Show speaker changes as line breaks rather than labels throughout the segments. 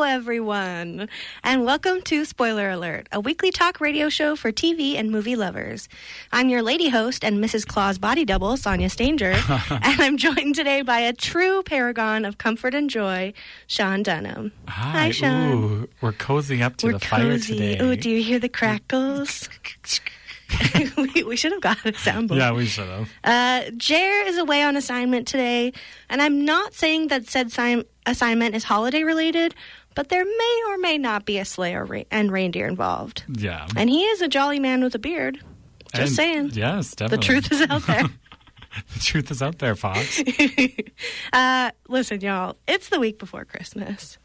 everyone, and welcome to Spoiler Alert, a weekly talk radio show for TV and movie lovers. I'm your lady host and Mrs. Claus body double, Sonia Stanger, and I'm joined today by a true paragon of comfort and joy, Sean Dunham. Hi, Sean.
Ooh, we're cozy up to
We're
the fire
cozy.
today.
Oh, do you hear the crackles? we, we should have got a soundboard.
yeah, we should have.
Uh, Jer is away on assignment today, and I'm not saying that said si- assignment is holiday related, but there may or may not be a sleigh or re- and reindeer involved.
Yeah.
And he is a jolly man with a beard. Just saying.
And- Yes,
The
definitely.
truth is out there.
The truth is out there, Fox.
uh, listen, y'all, it's the week before Christmas.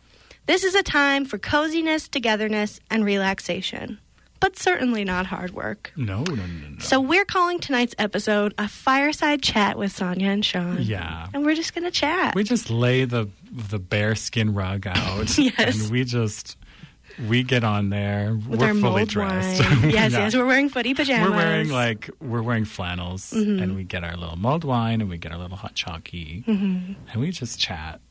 This is a time for coziness, togetherness, and relaxation, but certainly not hard work.
No, no, no, no. no.
So we're calling tonight's episode a fireside chat with Sonia and Sean.
Yeah.
And we're just going to chat.
We just lay the the bear skin rug out.
Yes.
And we just we get on there.
with
we're
our
fully
mulled
dressed.
wine. yes,
Yeah.
yes, we're wearing Mm-hmm. footy pajamas.
We're wearing like we're wearing flannels, and we get our little mulled wine, and we get our little hot chalky,
Mm-hmm.
and we just chat.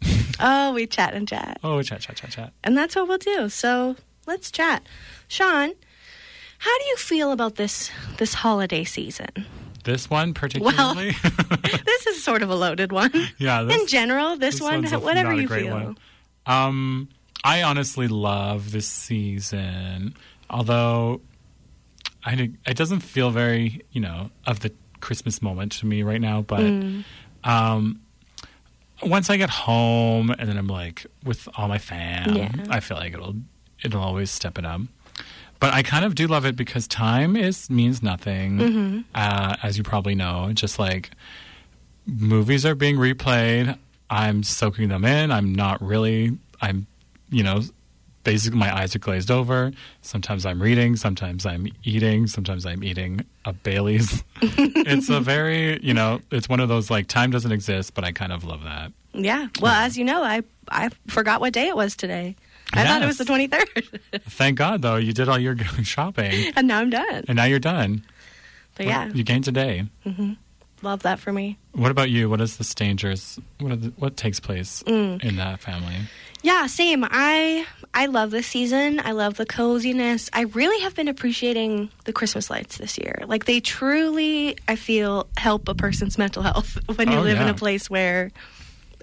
oh, we chat and chat,
Oh, chat, chat, chat, chat.
and that's what we'll do. So let's chat, Sean. How do you feel about this this holiday season?
This one particularly,
this is sort of a loaded one.
yeah. This,
In general, this,
this
one,
one's a-
whatever
not a
you
great
feel.
one. Um, I honestly love this season, although I don't- it doesn't feel very, you know, of the Christmas moment to me right now. But
Mm.
um, once I get home and then I'm like with all my fam,
Yeah.
I feel like it'll it'll always step it up. But I kind of do love it because time is means nothing,
Mm-hmm.
uh, as you probably know. Just like movies are being replayed, I'm soaking them in. I'm not really. I'm, you know, basically my eyes are glazed over. Sometimes I'm reading. Sometimes I'm eating. Sometimes I'm eating a Bailey's. it's a very, you know, it's one of those like time doesn't exist, but I kind of love that.
Yeah. Well, as you know, I I forgot what day it was today. I thought it was the
Yes.
twenty third,
Thank God though, you did all your shopping,
and now I'm done.
and now you're done.
But yeah,
you gained a day.
love that for me.
What about you? What is the dangers? What are the, what takes place
Mm.
in that family?
Yeah, same. I I love this season. I love the coziness. I really have been appreciating the Christmas lights this year. Like they truly, I feel, help a person's mental health when you
Oh,
live in
yeah.
a place where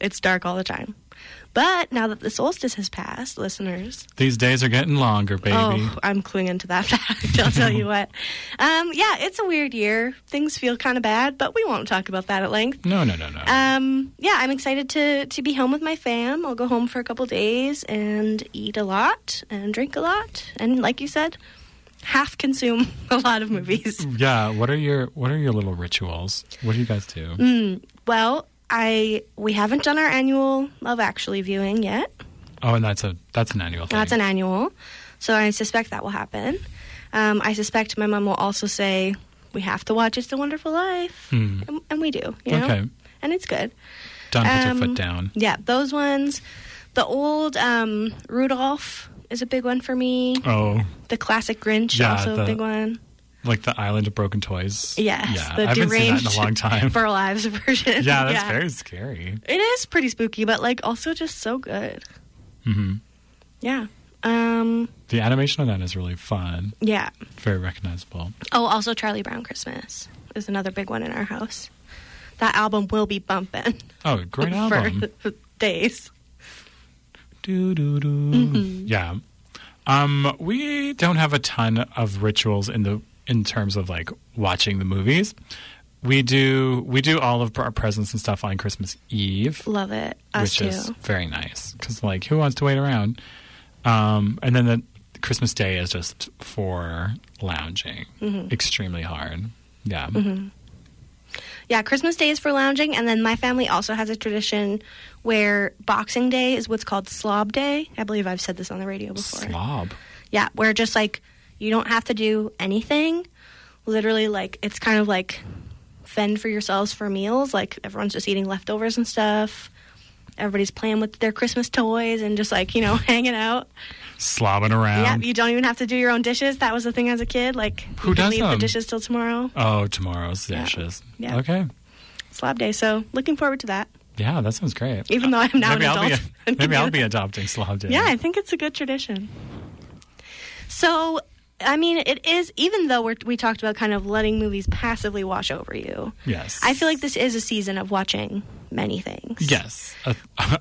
it's dark all the time. But now that the solstice has passed, listeners,
These days are getting longer, baby.
oh, I'm clinging to that fact. I'll tell you what. Um, yeah, it's a weird year. Things feel kind of bad, but we won't talk about that at length.
No, no, no, no.
Um, yeah, I'm excited to to be home with my fam. I'll go home for a couple days and eat a lot and drink a lot and like you said, half consume a lot of movies.
Yeah, what are your what are your little rituals? What do you guys do?
Mm. Well, I we haven't done our annual Love Actually viewing yet.
Oh, and that's a that's an annual thing.
That's an annual, so I suspect that will happen. Um, I suspect my mom will also say we have to watch It's a Wonderful Life, and, and we do. You know?
Hmm. Okay.
and it's good.
Don't put
Um,
your foot down.
Yeah, those ones. The old um, Rudolph is a big one for me.
Oh,
The classic Grinch,
Yeah,
also a
the-
big one.
like the Island of Broken Toys.
Yes,
yeah,
the
I haven't seen that
deranged
in a long time.
Burl Ives version.
yeah, that's very scary.
It is pretty spooky, but like also just so good.
hmm
Yeah. Um.
The animation on that is really fun,
Yeah.
very recognizable.
Oh, also Charlie Brown Christmas is another big one in our house. That album will be bumping
Oh, great
for
album.
days.
Do do do.
Mm-hmm.
Yeah. Um, we don't have a ton of rituals in the in terms of like watching the movies. We do we do all of our presents and stuff on Christmas Eve.
Love it. Us
which
too.
is very nice because like who wants to wait around um, and then the christmas day is just for lounging
Mm-hmm.
extremely hard yeah
Yeah, Christmas Day is for lounging, and then my family also has a tradition where Boxing Day is what's called Slob Day. I believe I've said this on the radio before.
slob
Yeah, where just like you don't have to do anything. Literally, like it's kind of like fend for yourselves for meals. Like everyone's just eating leftovers and stuff. Everybody's playing with their Christmas toys and just like you know hanging out.
slobbing
yeah,
around
you don't even have to do your own dishes. That was the thing as a kid. Like
Who
you can
does
leave the
them?
dishes till tomorrow.
oh tomorrow's dishes
Yeah.
okay
Slob Day. So looking forward to that.
Yeah, that sounds great.
Even though I'm now
maybe
an
I'll
adult.
be
and can
maybe
do
I'll
that.
be adopting Slav Day.
Yeah, I think it's a good tradition. So, I mean, it is, even though we're, we talked about kind of letting movies passively wash over you,
Yes.
I feel like this is a season of watching many things.
Yes, a,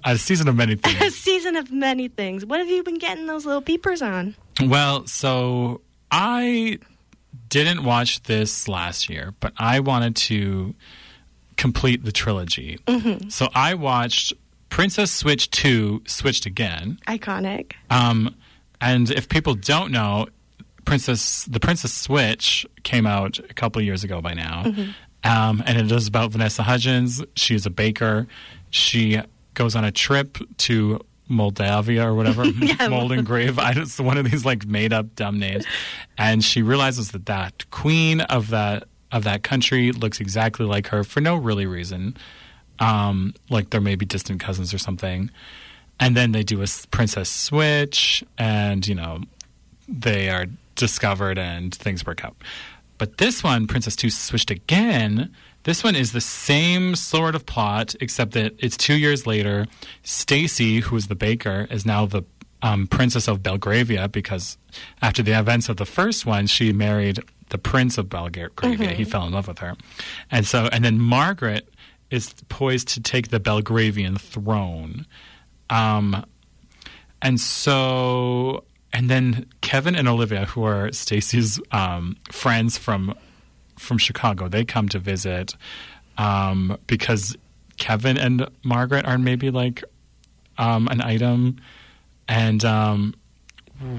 a season of many
A
things.
season of many things. What have you been getting those little peepers on?
well, so I didn't watch this last year, but I wanted to complete the trilogy.
Mm-hmm.
So I watched Princess Switch 2 Switched Again.
Iconic.
Um, and if people don't know, Princess the Princess Switch came out a couple years ago by now, um, and it is about Vanessa Hudgens. She is a baker. She goes on a trip to Moldavia or whatever, Molden Grave. I just one of these like made up dumb names, and she realizes that that queen of that of that country looks exactly like her for no really reason um, like they're maybe distant cousins or something. And then they do a s- princess switch, and you know, they are discovered and things break out. But this one, Princess 2 switched again. This one is the same sort of plot, except that it's two years later. Stacy, who is the baker, is now the um, princess of Belgravia because after the events of the first one, she married the prince of Belgravia. He fell in love with her. And so, and then Margaret is poised to take the Belgravian throne. Um, and so, and then Kevin and Olivia, who are Stacy's um, friends from from Chicago, they come to visit um, because Kevin and Margaret are maybe like um, an item. And um,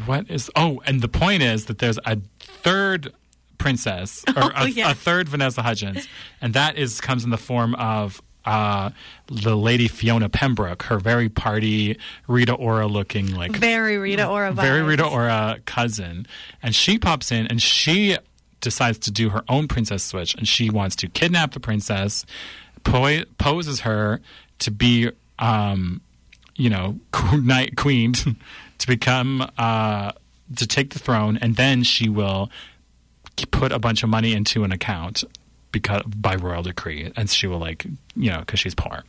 what is? Oh, and the point is that there's a third princess or
Oh,
a,
yeah.
a third Vanessa Hudgens, and that is comes in the form of uh, the lady Fiona Pembroke, her very party Rita Ora looking like
Very Rita Ora vibes.
very Rita Ora cousin, and she pops in and she decides to do her own princess switch, and she wants to kidnap the princess, po- poses her to be, um, you know, night queen to become uh, to take the throne, and then she will put a bunch of money into an account because by royal decree, and she will like you know because she's poor,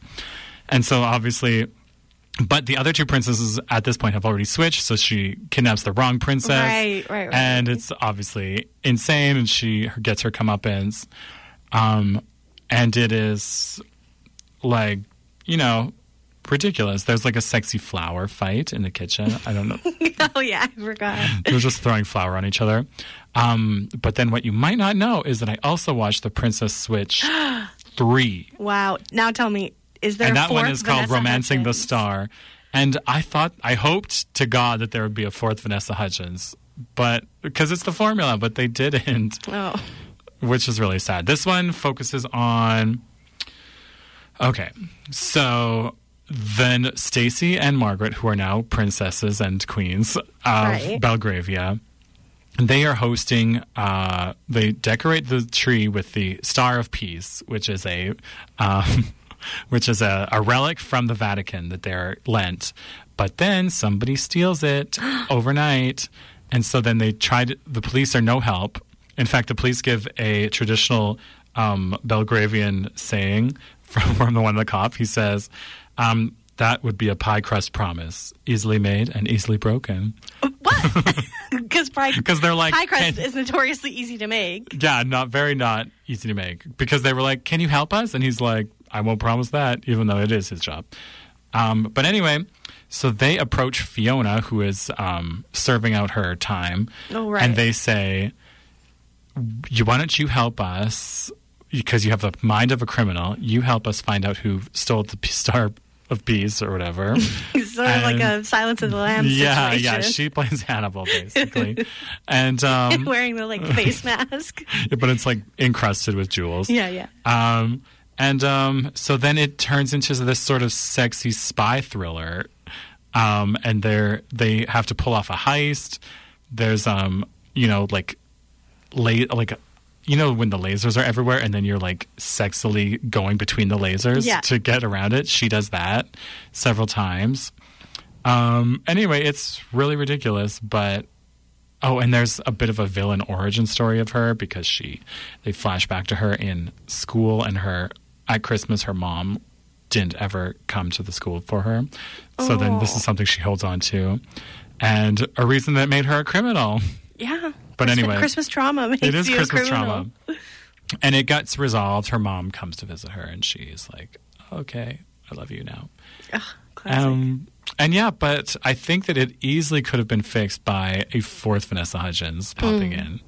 and so obviously. But the other two princesses at this point have already switched, so she kidnaps the wrong princess,
Right, right, right.
and it's obviously insane. And she gets her comeuppance, um, and it is like you know ridiculous. There's like a sexy flower fight in the kitchen. I don't know
oh, yeah, I forgot.
they're just throwing flour on each other. Um, but then what you might not know is that I also watched The Princess Switch 3.
Wow. Now tell me, is there
and
a
that one
fourth
is called
Vanessa
Romancing the
Hudgens?
Star. And I thought, I hoped to God that there would be a fourth Vanessa Hudgens, but because it's the formula, but they didn't
Oh,
which is really sad. This one focuses on okay, so then Stacy and Margaret, who are now princesses and queens of
Right.
Belgravia, they are hosting. Uh, they decorate the tree with the Star of Peace, which is a um, which is a, a relic from the Vatican that they're lent. But then somebody steals it overnight, and so then they try to. The police are no help. In fact, the police give a traditional um, Belgravian saying from, from the one the cop. He says, um, "That would be a pie crust promise, easily made and easily broken."
what? Because
Because they're like,
pie crust
"Can-
is notoriously easy to make.
yeah, not very not easy to make because they were like, "Can you help us?" And he's like, "I won't promise that, even though it is his job." Um, but anyway, so they approach Fiona, who is um, serving out her time,
Oh, right.
and they say, "You why don't you help us? Because you have the mind of a criminal. You help us find out who stole the p- star of peace or whatever."
It's sort of like
And-
a Silence of the Lambs
yeah,
situation.
yeah, she plays Hannibal basically, and um,
Wearing the like face mask.
but it's like encrusted with jewels.
Yeah, yeah.
Um, and um, so then it turns into this sort of sexy spy thriller, um, and they they have to pull off a heist. There's um, you know, like, la- like, you know, when the lasers are everywhere, and then you're like sexily going between the lasers
Yeah.
to get around it. She does that several times. Um, anyway, it's really ridiculous, but Oh, and there's a bit of a villain origin story of her because she they flash back to her in school and her at Christmas her mom didn't ever come to the school for her. So then
Oh.
this is something she holds on to. And a reason that made her a criminal.
Yeah.
But
Christmas-
anyway.
Christmas trauma makes
It is
you a
Christmas
criminal.
trauma. And it gets resolved. Her mom comes to visit her and she's like, okay, I love you now.
Ugh, classic.
Um, and yeah, but I think that it easily could have been fixed by a fourth Vanessa Hudgens popping
Hmm.
in.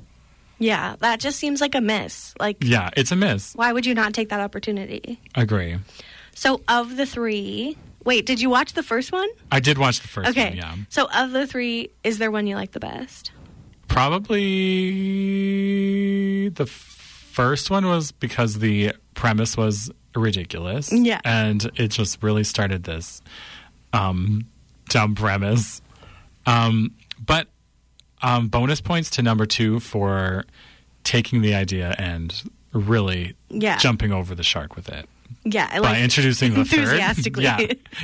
yeah, that just seems like a miss. Like,
Yeah, it's a miss.
why would you not take that opportunity?
Agree.
So, of the three, wait, did you watch the first one?
I did watch the first
Okay.
one. Yeah,
So, of the three, is there one you like the best?
probably the f- first one was because the premise was ridiculous.
Yeah.
and it just really started this um, dumb premise. Um, but um, bonus points to number two for taking the idea and really
Yeah.
jumping over the shark with it
Yeah, I
by
like.
introducing the third.
enthusiastically.
yeah,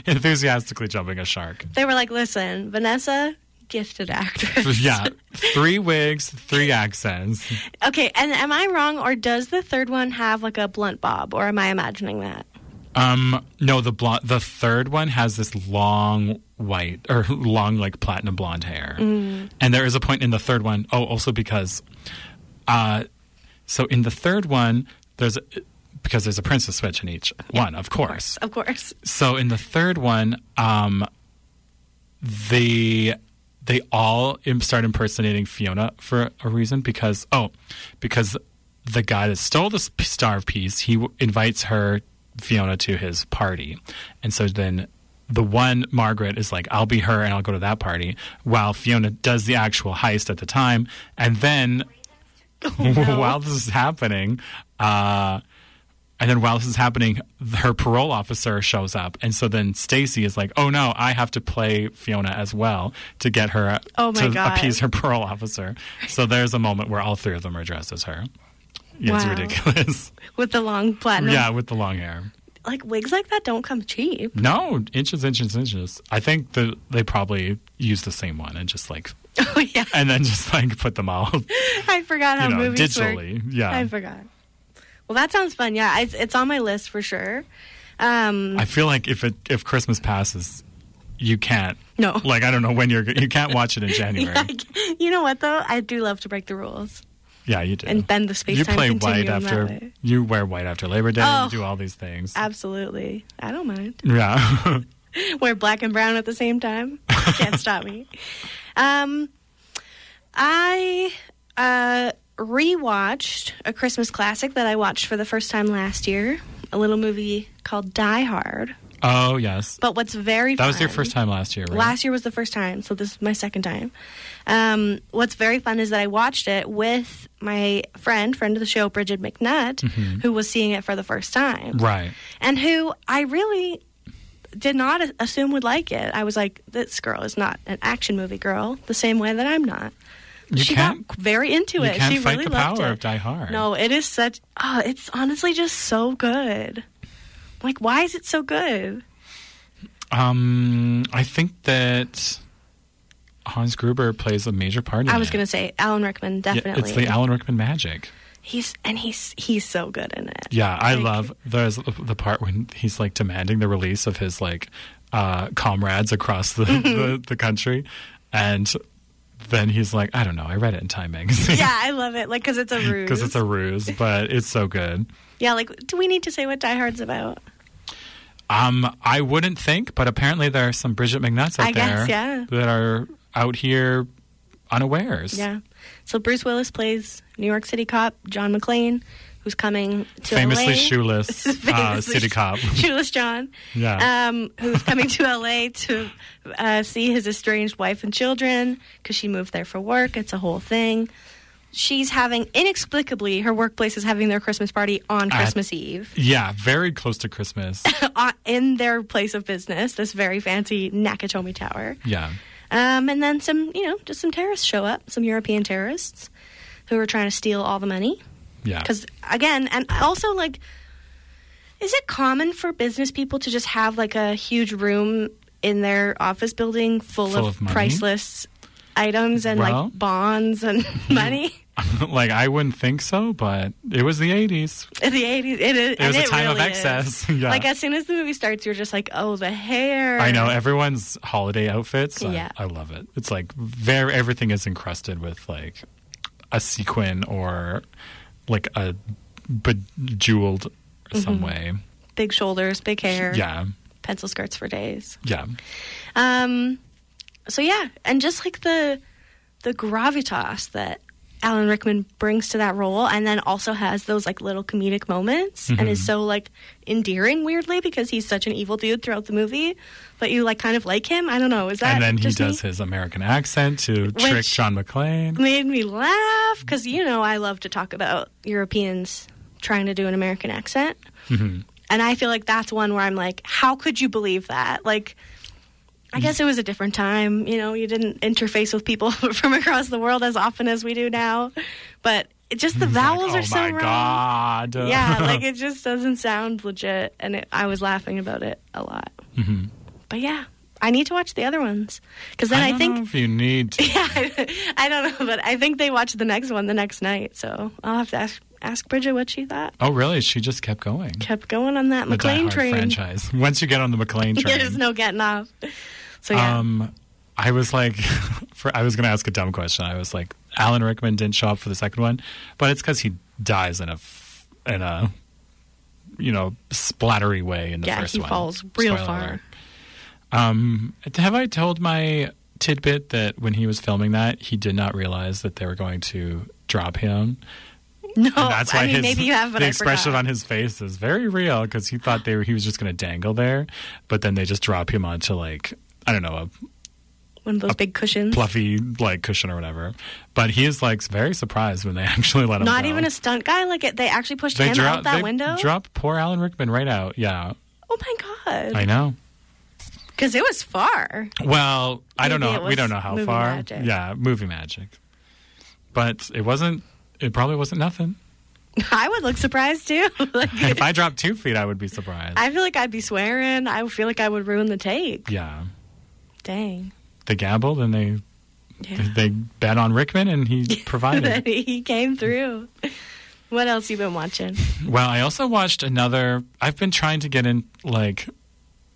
enthusiastically jumping a shark.
they were like, listen, Vanessa, gifted actress.
yeah, three wigs, three accents.
Okay, and am I wrong, or does the third one have like a blunt bob, or am I imagining that?
Um, no, the blonde, the third one has this long white or long like platinum blonde hair, and there is a point in the third one. Oh, also because, uh, so in the third one, there's because there's a princess switch in each one, of course.
Of course.
So in the third one, um, they they all im- start impersonating Fiona for a reason because oh, because the guy that stole the sp- star piece he w- invites her Fiona to his party, and so then the one Margaret is like I'll be her and I'll go to that party while Fiona does the actual heist at the time, and then while this is happening, uh, and then while this is happening, her parole officer shows up, and so then Stacy is like, "Oh no, I have to play Fiona as well to get her
Oh, my
to
God.
appease her parole officer." So there's a moment where all three of them are dressed as her. Yeah,
Wow.
It's ridiculous.
With the long platinum.
Yeah, with the long hair.
Like, wigs like that don't come cheap.
No, inches, inches, inches. I think that they probably use the same one and just like,
Oh, yeah.
and then just like put them all,
I forgot how
you know,
movies work.
digitally. Yeah,
I forgot. Well, that sounds fun. Yeah, it's, it's on my list for sure. Um,
I feel like if it if Christmas passes, you can't.
No.
Like I don't know when you're you can't watch it in January.
yeah, you know what though? I do love to break the rules
yeah, you do.
and bend the space.
you play white
white
after you wear white after Labor Day.
Oh.
You do all these things.
Absolutely, I don't mind.
yeah.
wear black and brown at the same time. Can't stop me. Um, I uh, rewatched a Christmas classic that I watched for the first time last year. A little movie called Die Hard.
oh yes.
But what's very
That was your
fun-
first time last year, right?
Last year was the first time, so this is my second time. Um, what's very fun is that I watched it with my friend, friend of the show, Bridget McNutt,
Mm-hmm.
who was seeing it for the first time
Right.
and who I really did not a- assume would like it. I was like, this girl is not an action movie girl, the same way that I'm not.
You
she
can't.
got very into
you
it.
can't
she
fight
really
the
loved
power
it.
of Die Hard.
No, it is such. Oh, it's honestly just so good. Like, why is it so good?
Um, I think that Hans Gruber plays a major part. in
I was
it.
gonna say Alan Rickman,
Yeah,
definitely.
it's the Alan Rickman magic.
he's and he's he's so good in it.
Yeah, I
Like-
love there's the part when he's like demanding the release of his like uh, comrades across the,
Mm-hmm.
the the country, and then he's like, I don't know, I read it in Time magazine
Yeah, I love it. Like, cause it's a ruse.
because it's a ruse, but it's so good.
yeah. Like, do we need to say what Die Hard's about?
Um, I wouldn't think, but apparently there are some Bridget McNutts out
I
there
guess, yeah.
that are out here unawares.
Yeah. So Bruce Willis plays New York City cop John McClane, who's coming to
famously
LA.
shoeless uh,
Famously
city cop.
Shoeless John.
Yeah.
Um, who's coming to LA to uh, see his estranged wife and children because she moved there for work. It's a whole thing. She's having inexplicably her workplace is having their Christmas party on Christmas Eve
Yeah, very close to Christmas.
on- in their place of business, this very fancy Nakatomi Tower.
yeah.
Um, and then some, you know, just some terrorists show up, some European terrorists who are trying to steal all the money.
Yeah.
Because, again, and also, like, is it common for business people to just have, like, a huge room in their office building full,
Full
of,
of money?
priceless items and
Well-
like bonds and money
like I wouldn't think so, but it was the '80s.
in the 80s. It is. and
was a
it
time of
really is.
excess. Yeah.
Like as soon as the movie starts, you're just like, oh, the hair.
I know everyone's holiday outfits. I-
Yeah.
I, love it. It's like very everything is encrusted with like a sequin or like a bejeweled
Mm-hmm.
some way.
Big shoulders, big hair.
Yeah,
Pencil skirts for days.
yeah.
Um, so yeah, and just like the the gravitas that Alan Rickman brings to that role, and then also has those like little comedic moments, and
Mm-hmm.
is so like endearing weirdly because he's such an evil dude throughout the movie, but you like kind of like him. I don't know. Is that
And then he
just me?
does his American accent to trick
Which-
John McClane.
made me laugh because you know I love to talk about Europeans trying to do an American accent,
Mm-hmm.
and I feel like that's one where I'm like, how could you believe that? Like, I guess it was a different time. You know, you didn't interface with people from across the world as often as we do now, but it just the vowels
Like,
are
oh
so
my
wrong.
god!
Yeah, like it just doesn't sound legit, and it, I was laughing about it a lot.
Mm-hmm.
But yeah, I need to watch the other ones because then
I,
I,
don't
think
know if you need. To,
yeah, I, I don't know, but I think they watched the next one the next night. So I'll have to ask, ask Bridget what she thought.
oh, really? She just kept going.
Kept going on that
The Die
McLean
Hard
train.
franchise. Once you get on the McLean train,
There's no getting off. So yeah,
Um, I was like, for, I was going to ask a dumb question. I was like, Alan Rickman didn't show up for the second one, but it's because he dies in a f- in a you know splattery way in the
yeah,
first
he
one.
falls real
Spoiler
far.
alert. Um, have I told my tidbit that when he was filming that he did not realize that they were going to drop him?
No,
And that's why
Oh, I mean
his,
maybe you have, but
the
I
expression
forgot.
on his face is very real because he thought they were, he was just going to dangle there, but then they just drop him onto like I don't know a
one of those big cushions.
fluffy like cushion or whatever. But he is like very surprised when they actually let him.
Not
go.
even a stunt guy. Like it, they actually pushed
they
him
dro-
out that
they
window.
Drop poor Alan Rickman right out. Yeah,
oh my
I
god!
know.
Because it was far.
Well, I don't
Maybe
know.
it
We don't
was
know how
movie
far.
magic.
Yeah, movie magic. But it wasn't. It probably wasn't nothing.
I would look surprised too. like
if I dropped two feet, I would be surprised.
I feel like I'd be swearing. I feel like I would ruin the take.
yeah,
Dang.
they gambled and they
Yeah.
they bet on Rickman and he provided.
that he came through. What else you been watching?
Well, I also watched another. I've been trying to get in like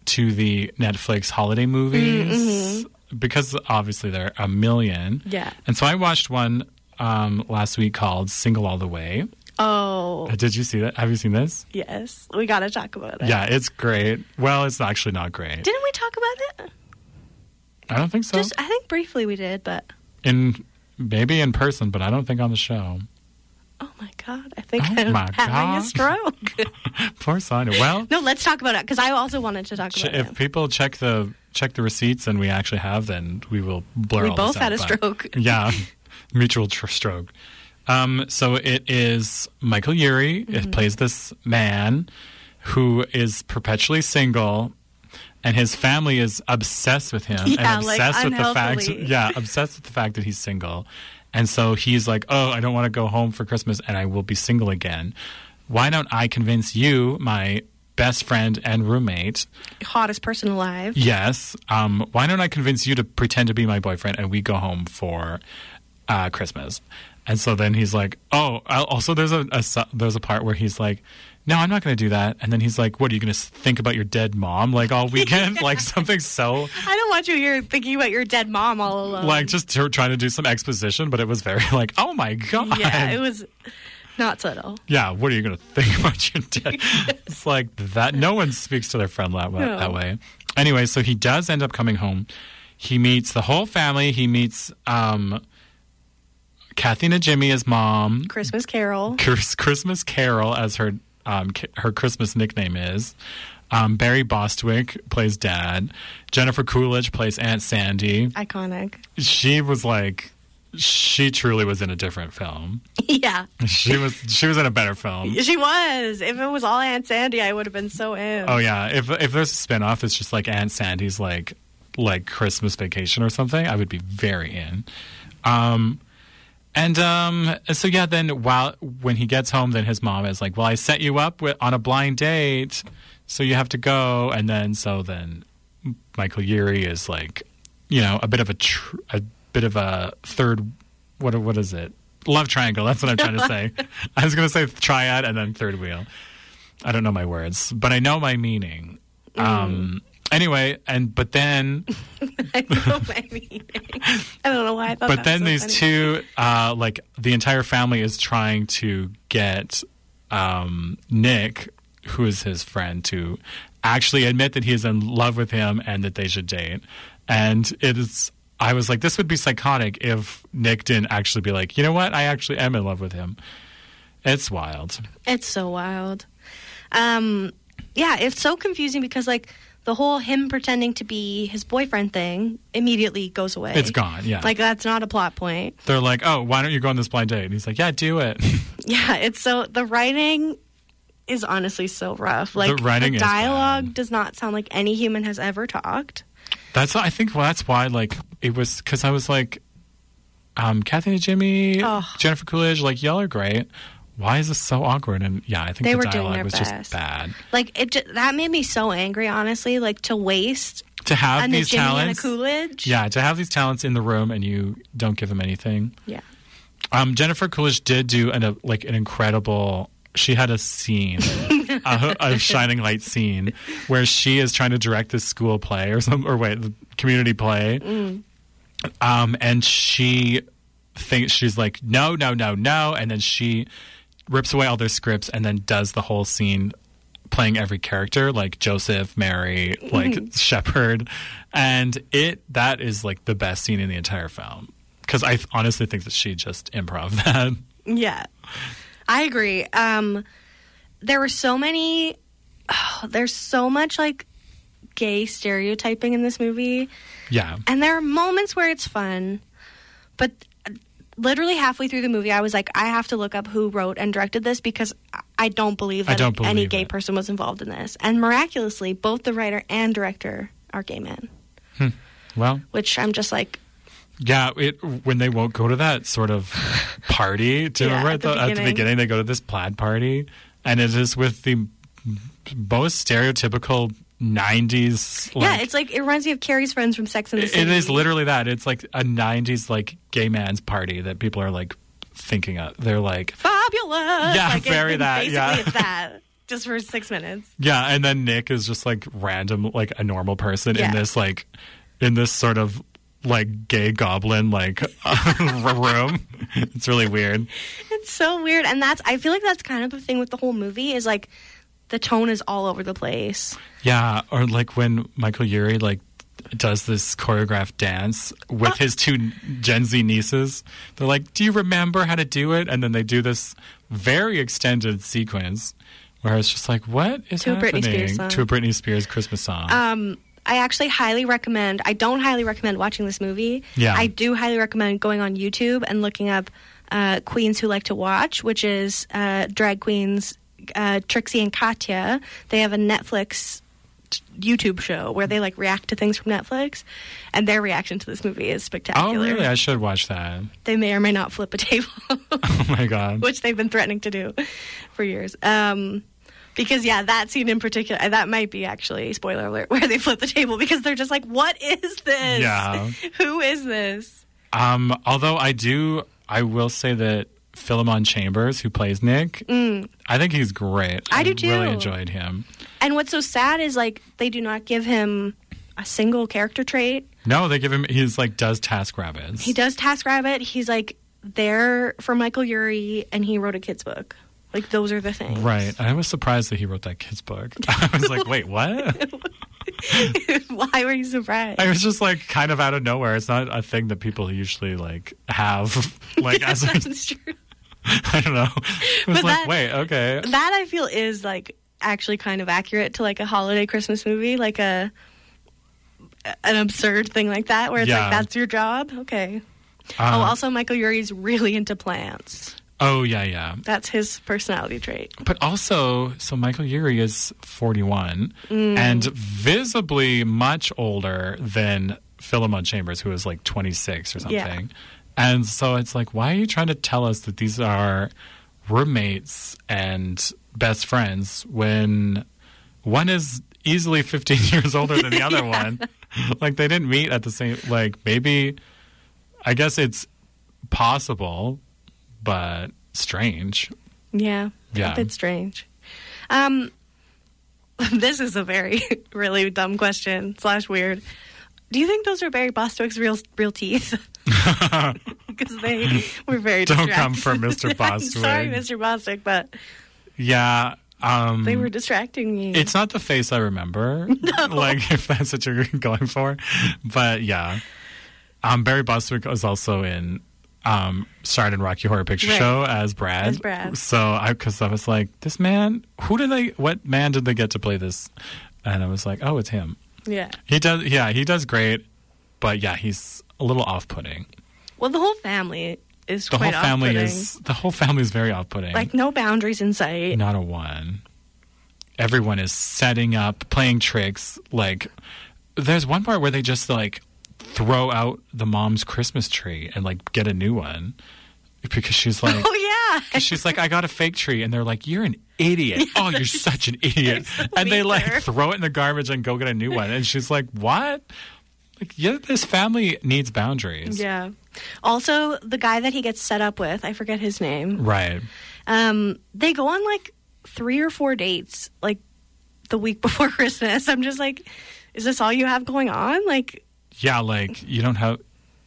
to the Netflix holiday movies because obviously there are a million.
Mm-hmm. Yeah.
And so I watched one um, last week called "Single All the Way."
Oh,
Uh, Did you see that? Have you seen this?
yes. We got to talk about it.
Yeah, it's great. Well, it's actually not great.
Didn't we talk about it?
I don't think so.
Just I think briefly we did, but
in maybe in person, but I don't think on the show.
oh my god, I think
Oh
I'm
my
having a
God.
stroke.
Poor Sonia. Well,
no, let's talk about it because I also wanted to talk
ch-
about
if
it.
people check the check the receipts and we actually have, then we will blur.
We
all
both
this
had
out,
a
but-
stroke.
yeah, mutual tr- stroke. Um, so it is Michael Yuri.
Mm-hmm.
It plays this man who is perpetually single, and his family is obsessed with him
Yeah,
and
like,
obsessed with the fact.
unhealthily.
Yeah, obsessed with the fact that he's single, and so he's like, "Oh, I don't want to go home for Christmas, and I will be single again. Why don't I convince you, my best friend and roommate,
Hottest person alive.
Yes. Um, why don't I convince you to pretend to be my boyfriend and we go home for uh, Christmas? And so then he's like, oh, i also there's a, a su- there's a part where he's like, no, I'm not going to do that. And then he's like, what are you going to think about your dead mom like all weekend? Like something so
I don't want you here thinking about your dead mom all alone.
like just to, trying to do some exposition, but it was very like, oh my god,
yeah, it was not subtle.
yeah, what are you going to think about your dad? It's like that. No one speaks to their friend that way,
No.
that way. Anyway, so he does end up coming home. He meets the whole family. He meets um, Kathy and Jimmy, his mom,
Christmas Carol.
Chris- Christmas Carol, as her um, ki- her Christmas nickname is. Um, Barry Bostwick plays dad. Jennifer Coolidge plays Aunt Sandy.
Iconic.
She was like, she truly was in a different film.
yeah.
She was she was in a better film.
She was. If it was all Aunt Sandy, I would have been so in.
Oh yeah, if if there's a spinoff, it's just like Aunt Sandy's like like Christmas vacation or something. I would be very in. Um, and um, so yeah, then while when he gets home, then his mom is like, "Well, I set you up with, on a blind date, so you have to go." And then so then Michael Yuri is like, you know, a bit of a tr- a bit of a third. What what is it? Love triangle. That's what I'm trying to say. I was going to say triad and then third wheel. I don't know my words, but I know my meaning.
Mm.
Um, anyway, and but then
I don't know what I mean. I don't know why I thought
but
that was
then
so
these
funny.
two uh, like the entire family is trying to get um, nick who is his friend to actually admit that he is in love with him and that they should date and it is i was like this would be psychotic if nick didn't actually be like you know what i actually am in love with him it's wild
It's so wild. Um, yeah, it's so confusing because like the whole him pretending to be his boyfriend thing immediately goes away.
it's gone yeah
Like that's not a plot point.
they're like oh why don't you go on this blind date and he's like yeah do it
Yeah, it's so the writing is honestly so rough. Like
writing is
dialogue does not sound like any human has ever talked.
That's I think well, that's why like it was because I was like, um, Kathy and Jimmy,
Ugh.
Jennifer Coolidge, like y'all are great. Why is this so awkward? And yeah, I think
They
the
were doing
dialogue
their
was
best.
just bad.
Like it ju- that made me so angry. Honestly, like to waste
To have
on a
these
Jimmy
talents,
and a Coolidge.
yeah, to have these talents in the room and you don't give them anything.
yeah.
Um, Jennifer Coolidge did do an a, like an incredible. She had a scene, a, a shining light scene, where she is trying to direct this school play or some or wait, the community play, um, and she thinks she's like no, no, no, no, and then she rips away all their scripts and then does the whole scene playing every character like Joseph, Mary, like Shepherd, and it that is like the best scene in the entire film because I th- honestly think that she just improv that.
Yeah, I agree. Um, there were so many. oh, there's so much like gay stereotyping in this movie,
yeah,
and there are moments where it's fun, but uh, literally halfway through the movie, I was like, I have to look up who wrote and directed this because I- I don't believe
I
that
don't
any
believe
gay
it.
person was involved in this. And miraculously, both the writer and director are gay men,
well,
which I'm just like,
yeah. It when they won't go to that sort of party to
Yeah,
remember
at the
at the
beginning.
beginning they go to this plaid party, and it is with the most stereotypical '90s. Like,
yeah, it's like it reminds me of Carrie's friends from Sex and the City.
it is literally that. It's like a '90s like gay man's party that people are like thinking of. They're like,
fabulous.
Yeah,
like, it-
very
it-
that,
Basically,
yeah.
it's that just for six minutes.
yeah, and then Nick is just like random, like a normal person
Yeah.
in this like in this sort of like gay goblin like room. It's really weird.
It's so weird, and that's I feel like that's kind of the thing with the whole movie is like the tone is all over the place.
Yeah, or like when Michael Yuri like does this choreographed dance with
Ah.
his two Gen Z nieces. They're like, "Do you remember how to do it?" And then they do this very extended sequence where it's just like, "What is
To a Britney
happening?"
Spears song.
To a Britney Spears Christmas song.
Um, I actually highly recommend. I don't highly recommend watching this movie.
Yeah.
I do highly recommend going on YouTube and looking up uh, queens who like to watch, which is uh, drag queens uh, Trixie and Katya. They have a Netflix t- YouTube show where they like react to things from Netflix, and their reaction to this movie is
oh,
spectacular.
really? I should watch that.
They may or may not flip a table,
Oh my god.
which they've been threatening to do for years. Um, because yeah, that scene in particular, uh, that might be actually spoiler alert, where they flip the table because they're just like, "What is this?
Yeah.
Who is this?"
Um, although I do, I will say that Philemon Chambers, who plays Nick, I think he's great.
Mm. I do too.
Really enjoyed him.
And what's so sad is like they do not give him a single character trait.
No, they give him. He's like does task rabbits.
He does TaskRabbit. He's like there for Michael Yuri, and he wrote a kids book. Like those are the things.
Right. I was surprised that he wrote that kid's book. I was like, wait, what?
Why were you surprised?
I was just like kind of out of nowhere. It's not a thing that people usually like have. Like, as I
That's true.
I don't know. It was
But
like,
that-
wait, okay.
that I feel is like actually kind of accurate to like a holiday Christmas movie, like a an absurd thing like that, where it's
Yeah.
like that's your job. Okay. oh,
Uh,
also Michael Yuri's really into plants.
oh, yeah, yeah.
That's his personality trait.
But also, so Michael Yuri is 41 and visibly much older than Philemon Chambers, who is like 26 or something.
Yeah.
And so it's like, why are you trying to tell us that these are roommates and best friends when one is easily 15 years older than the other one? Like, they didn't meet at the same, like, maybe. I guess it's possible, but strange.
Yeah.
Yeah.
A bit strange. Um, this is a very, really dumb question slash weird. Do you think those are Barry Bostwick's real real teeth? Because they were very
Don't
distracting.
come from Mr.
I'm sorry,
Bostwick.
Mr. Bostwick, but
Yeah. Um,
they were distracting me.
It's not the face I remember. Like if that's what you're going for, but yeah. Um, Barry Bostwick was also in um, starred in Rocky Horror Picture
Right.
Show as Brad.
As Brad.
So I because I was like, this man, who did they? What man did they get to play this? And I was like, oh, it's him.
yeah.
He does. Yeah, he does great. But yeah, he's a little off-putting.
Well, the whole family is
The
quite
whole family
off-putting.
is the whole family is very off-putting.
like no boundaries in sight.
Not a one. Everyone is setting up, playing tricks. Like, there's one part where they just like throw out the mom's Christmas tree and like get a new one because she's like,
Oh yeah.
she's like, I got a fake tree, and they're like, you're an idiot. oh, you're such an idiot. And they
loser.
like throw it in the garbage and go get a new one. And she's like, what? Like, yeah, this family needs boundaries.
Yeah. Also, the guy that he gets set up with, I forget his name.
Right.
Um, they go on like three or four dates, like the week before Christmas. I'm just like, is this all you have going on? Like,
Yeah. Like, you don't have.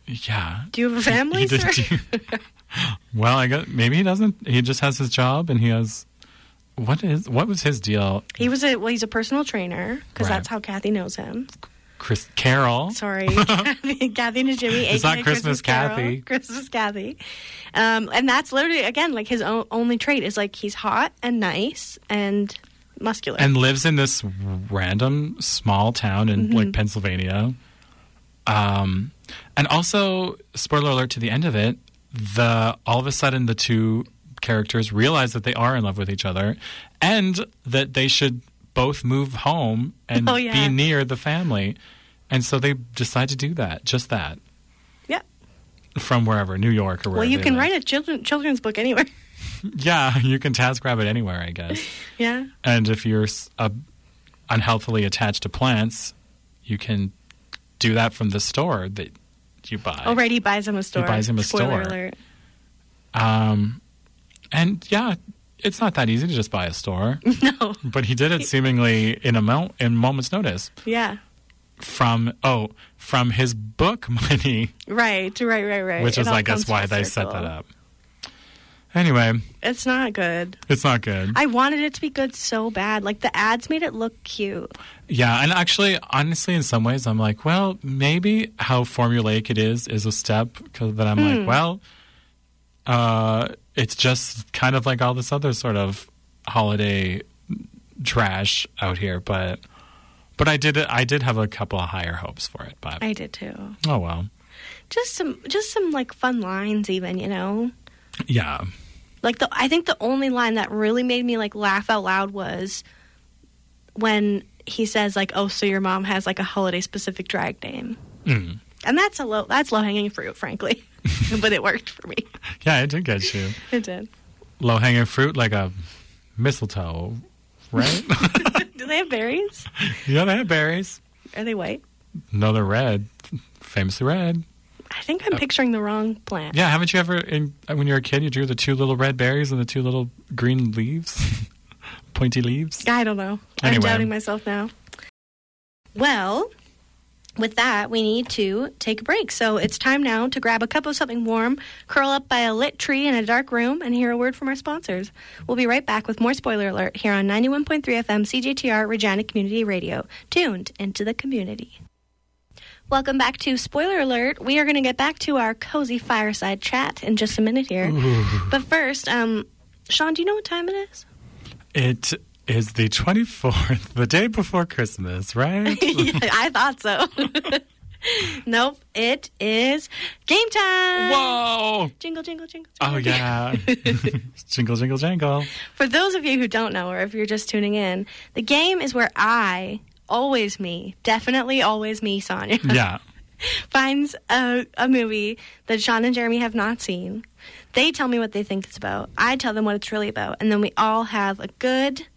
Yeah.
do you have a family?
He did
sir?
do- well, I guess maybe he doesn't. He just has his job, and he has what is what was his deal?
He was a well, he's a personal trainer because
Right.
that's how Kathy knows him.
Chris Carol.
Sorry, Kathy, Kathy and Jimmy.
It's
aka
not Christmas
Carol,
Kathy.
Christmas Kathy, um, and that's literally again like his o- only trait is like he's hot and nice and muscular.
and lives in this random small town in
Mm-hmm.
like Pennsylvania. Um, and also, spoiler alert to the end of it, the all of a sudden the two characters realize that they are in love with each other, and that they should both move home and
Oh, yeah.
be near the family, and so they decide to do that, just that,
yeah.
from wherever New York or wherever.
Well, you
they
can
live.
write a children, children's book anywhere.
Yeah, you can task rabbit anywhere, I guess.
yeah.
And if you're s- uh, unhealthily attached to plants, you can do that from the store that you buy.
Oh, right. He buys him a store.
buys him a
Spoiler
store.
alert.
Um, and yeah, it's not that easy to just buy a store.
No.
but he did it seemingly in a mo- in moments' notice
Yeah.
from oh from his book money,
Right. Right. Right. Right.
which
It
is
all
I guess
comes
why
full
they
circle.
set that up. Anyway,
It's not good.
it's not good.
I wanted it to be good so bad. Like the ads made it look cute.
Yeah, and actually, honestly, in some ways, I'm like, well, maybe how formulaic it is is a step because then I'm like, well, uh, it's just kind of like all this other sort of holiday trash out here, but but I did I did have a couple of higher hopes for it, but
I did too.
oh well,
Just some, just some like fun lines, even you know.
yeah,
Like the, I think the only line that really made me like laugh out loud was when he says like, "Oh, so your mom has like a holiday specific drag name,"
Mm.
and that's a low, that's low hanging fruit, frankly. but it worked for me.
yeah, it did get you
It did.
low hanging fruit like a mistletoe, right?
Do they have berries?
yeah, they have berries.
Are they white?
No, they're red, famously red.
I think I'm picturing the wrong plant.
Yeah, haven't you ever, in, uh, when you were a kid, you drew the two little red berries and the two little green leaves, pointy leaves?
I don't know. I'm
Anyway.
doubting myself now. Well, with that, we need to take a break. So it's time now to grab a cup of something warm, curl up by a lit tree in a dark room, and hear a word from our sponsors. We'll be right back with more spoiler alert here on 91.3 FM CJTR Regina Community Radio, tuned into the community. Welcome back to Spoiler Alert. We are going to get back to our cozy fireside chat in just a minute here. But first, um, Sean, do you know what time it is?
It is the 24th, the day before Christmas, right?
Yeah, I thought so. nope, it is game time.
Whoa!
Jingle, jingle, jingle. jingle.
Oh, yeah. jingle, jingle, jangle.
For those of you who don't know, or if you're just tuning in, the game is where I, always me, definitely always me, Sonia,
Yeah.
finds a, a movie that Sean and Jeremy have not seen. They tell me what they think it's about. I tell them what it's really about, and then we all have a good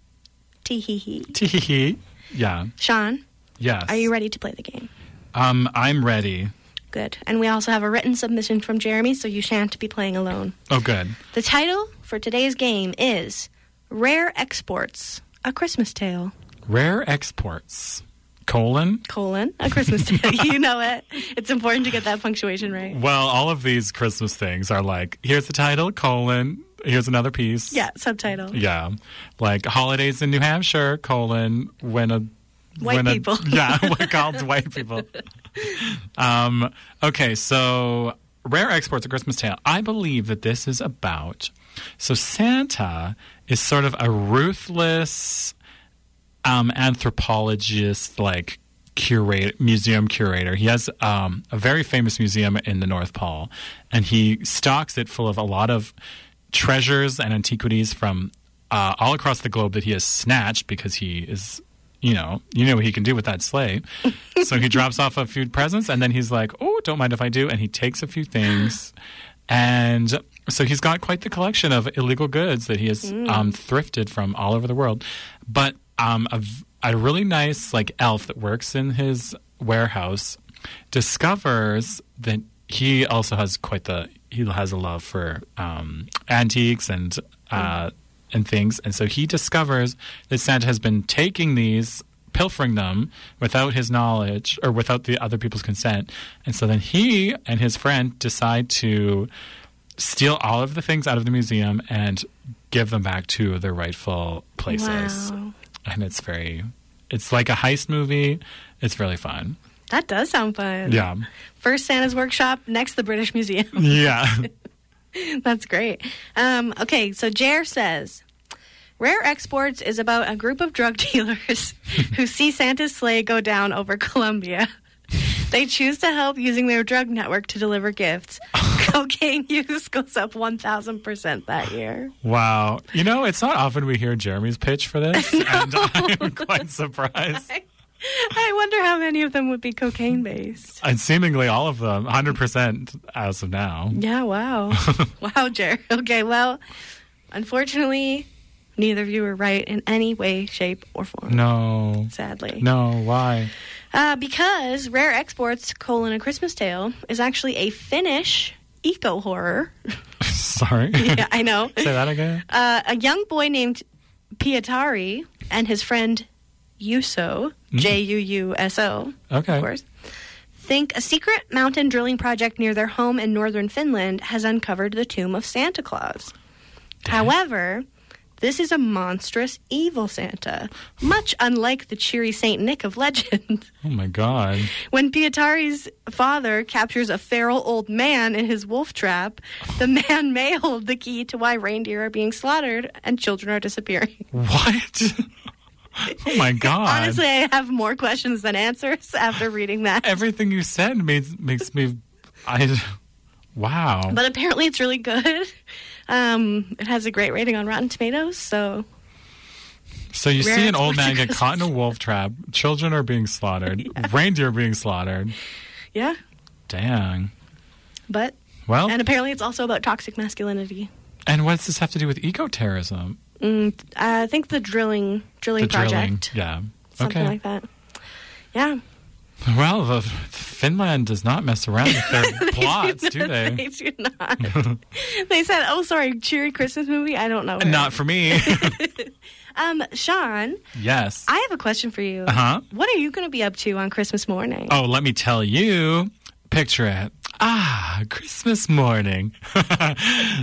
tee hee hee.
Tee-hee-hee. Yeah.
Sean,
Yes.
are you ready to play the game?
Um, I'm ready.
Good. And we also have a written submission from Jeremy, so you shan't be playing alone.
Oh, good.
The title for today's game is Rare Exports, A Christmas Tale,
Rare exports. Colon.
colon, A Christmas Tale. you know it. It's important to get that punctuation right.
Well, all of these Christmas things are like here's the title, colon, here's another piece.
Yeah, subtitle.
Yeah. Like holidays in New Hampshire, colon, when a
White
when a-
people.
yeah, we're called white people. Um, okay, so Rare Exports, A Christmas Tale. I believe that this is about. So Santa is sort of a ruthless um, anthropologist, like curator, museum curator. He has um, a very famous museum in the North Pole, and he stocks it full of a lot of treasures and antiquities from uh, all across the globe that he has snatched because he is. You know, you know what he can do with that slate. so he drops off a few presents, and then he's like, "Oh, don't mind if I do," and he takes a few things, and so he's got quite the collection of illegal goods that he has um, thrifted from all over the world. But um, a, v- a really nice like elf that works in his warehouse discovers that he also has quite the he has a love for um, antiques and uh, and things, and so he discovers that Santa has been taking these. Pilfering them without his knowledge or without the other people's consent. And so then he and his friend decide to steal all of the things out of the museum and give them back to their rightful places.
Wow.
And it's very, it's like a heist movie. It's really fun.
That does sound fun.
Yeah.
First Santa's Workshop, next the British Museum.
Yeah.
That's great. Um, okay, so Jer says Rare Exports is about a group of drug dealers who see Santa's sleigh go down over Colombia. They choose to help using their drug network to deliver gifts. Cocaine use goes up 1,000% that year.
wow. You know, it's not often we hear Jeremy's pitch for this, and uh, I'm quite surprised.
I wonder how many of them would be cocaine based.
And seemingly all of them, 100% as of now.
Yeah, wow. wow, Jer. Okay, well, unfortunately, neither of you were right in any way, shape, or form.
No.
Sadly.
No, why?
Uh, because Rare Exports: colon, A Christmas Tale is actually a Finnish eco horror.
Sorry.
yeah, I know.
Say that again.
Uh, a young boy named Pietari and his friend Yuso, J U U S O,
Mm-hmm. Okay.
of course, think a secret mountain drilling project near their home in northern Finland has uncovered the tomb of Santa Claus. However, this is a monstrous evil Santa, much unlike the cheery Saint Nick of legend.
Oh my God.
When Pietari's father captures a feral old man in his wolf trap, the man may hold the key to why reindeer are being slaughtered and children are disappearing.
What? oh my God.
Honestly, I have more questions than answers after reading that.
everything you said makes makes me I wow.
But apparently, it's really good. Um, it has a great rating on Rotten Tomatoes, so
so you
Rare
see an
Exports
old man
of
get caught in a wolf trap, children are being slaughtered, reindeer are being slaughtered.
yeah.
Dang.
But
Well,
and
and,
apparently, it's also about toxic masculinity.
what does this have to do with eco-terrorism?
Mm, I think the drilling drilling
The drilling.
project,
Yeah.
something
okay.
like that. Yeah.
Well, the, Finland does not mess around with their plots, do
They
they?
do not. they said, "Oh, sorry, cheery Christmas movie." I don't know. her.
Not for me.
Um, Sean,
yes.
I have a question for you.
Uh-huh.
What are you going to be up to on Christmas morning?
Oh, let me tell you. Picture it. Ah, Christmas morning.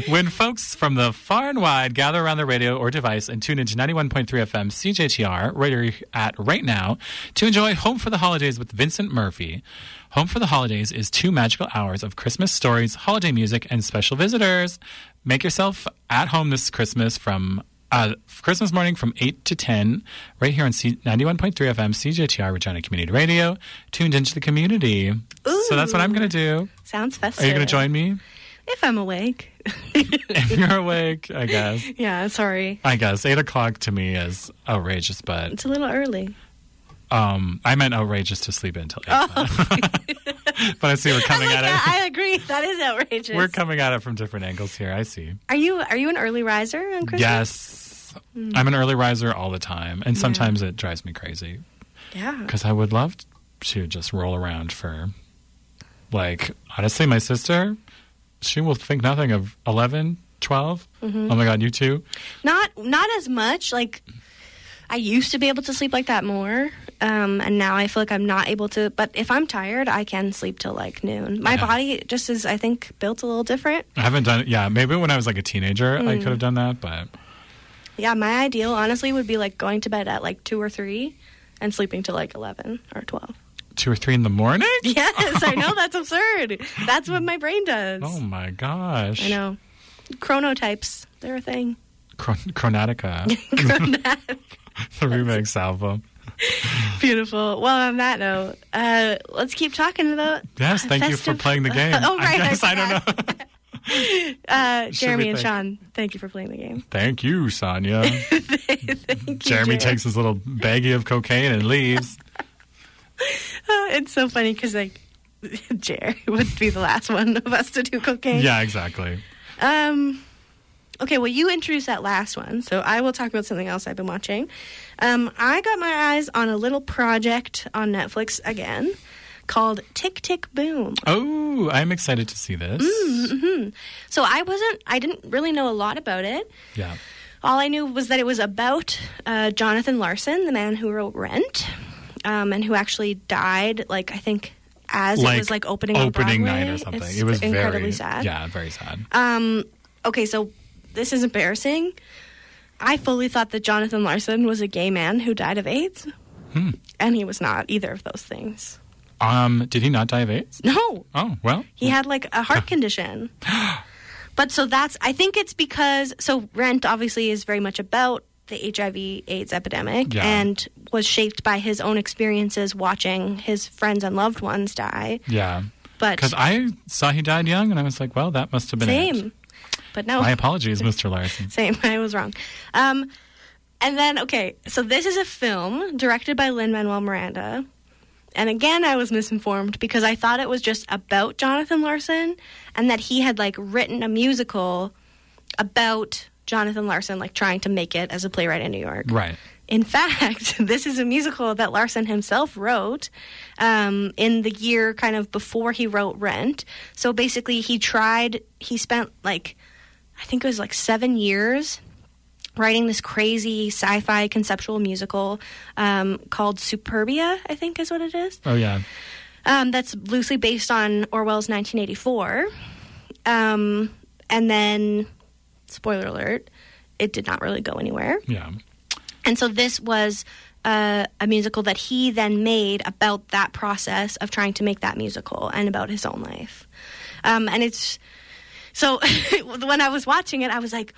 when folks from the far and wide gather around their radio or device and tune into 91.3 FM CJTR, right where you're at right now, to enjoy Home for the Holidays with Vincent Murphy. Home for the Holidays is two magical hours of Christmas stories, holiday music, and special visitors. Make yourself at home this Christmas from uh, Christmas morning from 8 to 10, right here on C- 91.3 FM, CJTR, Regina Community Radio, tuned into the community. So that's what I'm going to do.
Sounds festive.
Are you going to join me?
If I'm awake.
If you're awake, I guess.
yeah, sorry.
I guess 8 o'clock to me is outrageous, but
It's a little early.
um, I meant outrageous to sleep until 8. but I see we're coming
I,
at
Oh. like
it.
that. I agree. That is outrageous.
We're coming at it from different angles here. I see.
are you are you an early riser on Christmas? Hmm.
Yes. I'm an early riser all the time, and sometimes it drives me crazy
Yeah.
because I would love to just roll around for Like, honestly, my sister, she will think nothing of 11, 12.
Mm-hmm.
Oh my God, you too?
Not not as much. Like I used to be able to sleep like that more, um, and now I feel like I'm not able to. But if I'm tired, I can sleep till like noon. My
Yeah.
body just is, I think, built a little different.
I haven't done it. Yeah, maybe when I was like a teenager, I
Mm.
could have done that, but
Yeah, my ideal honestly would be like going to bed at like two or three, and sleeping till like eleven or twelve.
two or three in the morning?
Yes, I know that's absurd. That's what my brain does.
Oh my gosh.
I know. Chronotypes, they're a thing.
Chron- Chronatica, the remix album.
Beautiful. Well, on that note, uh, let's keep talking about.
Yes, thank you for
Festive-
playing the game.
Oh,
I
right, I
guess I don't know.
Uh,
Should we
Jeremy and
thank-
Sean, thank you for playing the game.
Thank you, Sonia.
Thank you,
Jeremy
Jer.
takes his little baggie of cocaine and leaves.
Oh, it's so funny because like Jer would be the last one of us to do cocaine.
yeah, exactly.
Um. Okay. Well, you introduced that last one, so I will talk about something else I've been watching. Um, I got my eyes on a little project on Netflix again called Tick Tick Boom.
Oh, I'm excited to see this.
Mm-hmm. So I wasn't. I didn't really know a lot about it.
Yeah.
All I knew was that it was about uh, Jonathan Larson, the man who wrote Rent, um, and who actually died. Like I think as it was like opening on
opening night
Broadway.
or something.
It's
it was
incredibly
very
sad.
Yeah, very sad.
Um, okay, so this is embarrassing. I fully thought that Jonathan Larson was a gay man who died of AIDS,
Hmm.
and he was not either of those things.
Um, did he not die of AIDS?
No,
Oh well.
he had like a heart condition. But so that's, I think it's because, so Rent obviously is very much about the HIV AIDS epidemic
Yeah.
and was shaped by his own experiences watching his friends and loved ones die.
Yeah.
But
Because I saw he died young, and I was like, "Well, that must have been it.
same. But no.
My apologies, Mr. Larson.
Same. I was wrong. Um, and then, okay, so this is a film directed by Lin Manuel Miranda. And again, I was misinformed because I thought it was just about Jonathan Larson and that he had like written a musical about Jonathan Larson, like trying to make it as a playwright in New York.
Right.
In fact, this is a musical that Larson himself wrote um, in the year kind of before he wrote Rent. So basically, he tried, he spent like, I think it was like seven years writing this crazy sci fi conceptual musical um, called Superbia, I think is what it is
Oh yeah.
um, that's loosely based on Orwell's 1984. Um, and then, spoiler alert, it did not really go anywhere.
Yeah.
And so this was uh, a musical that he then made about that process of trying to make that musical and about his own life. Um, and it's so when I was watching it, I was like,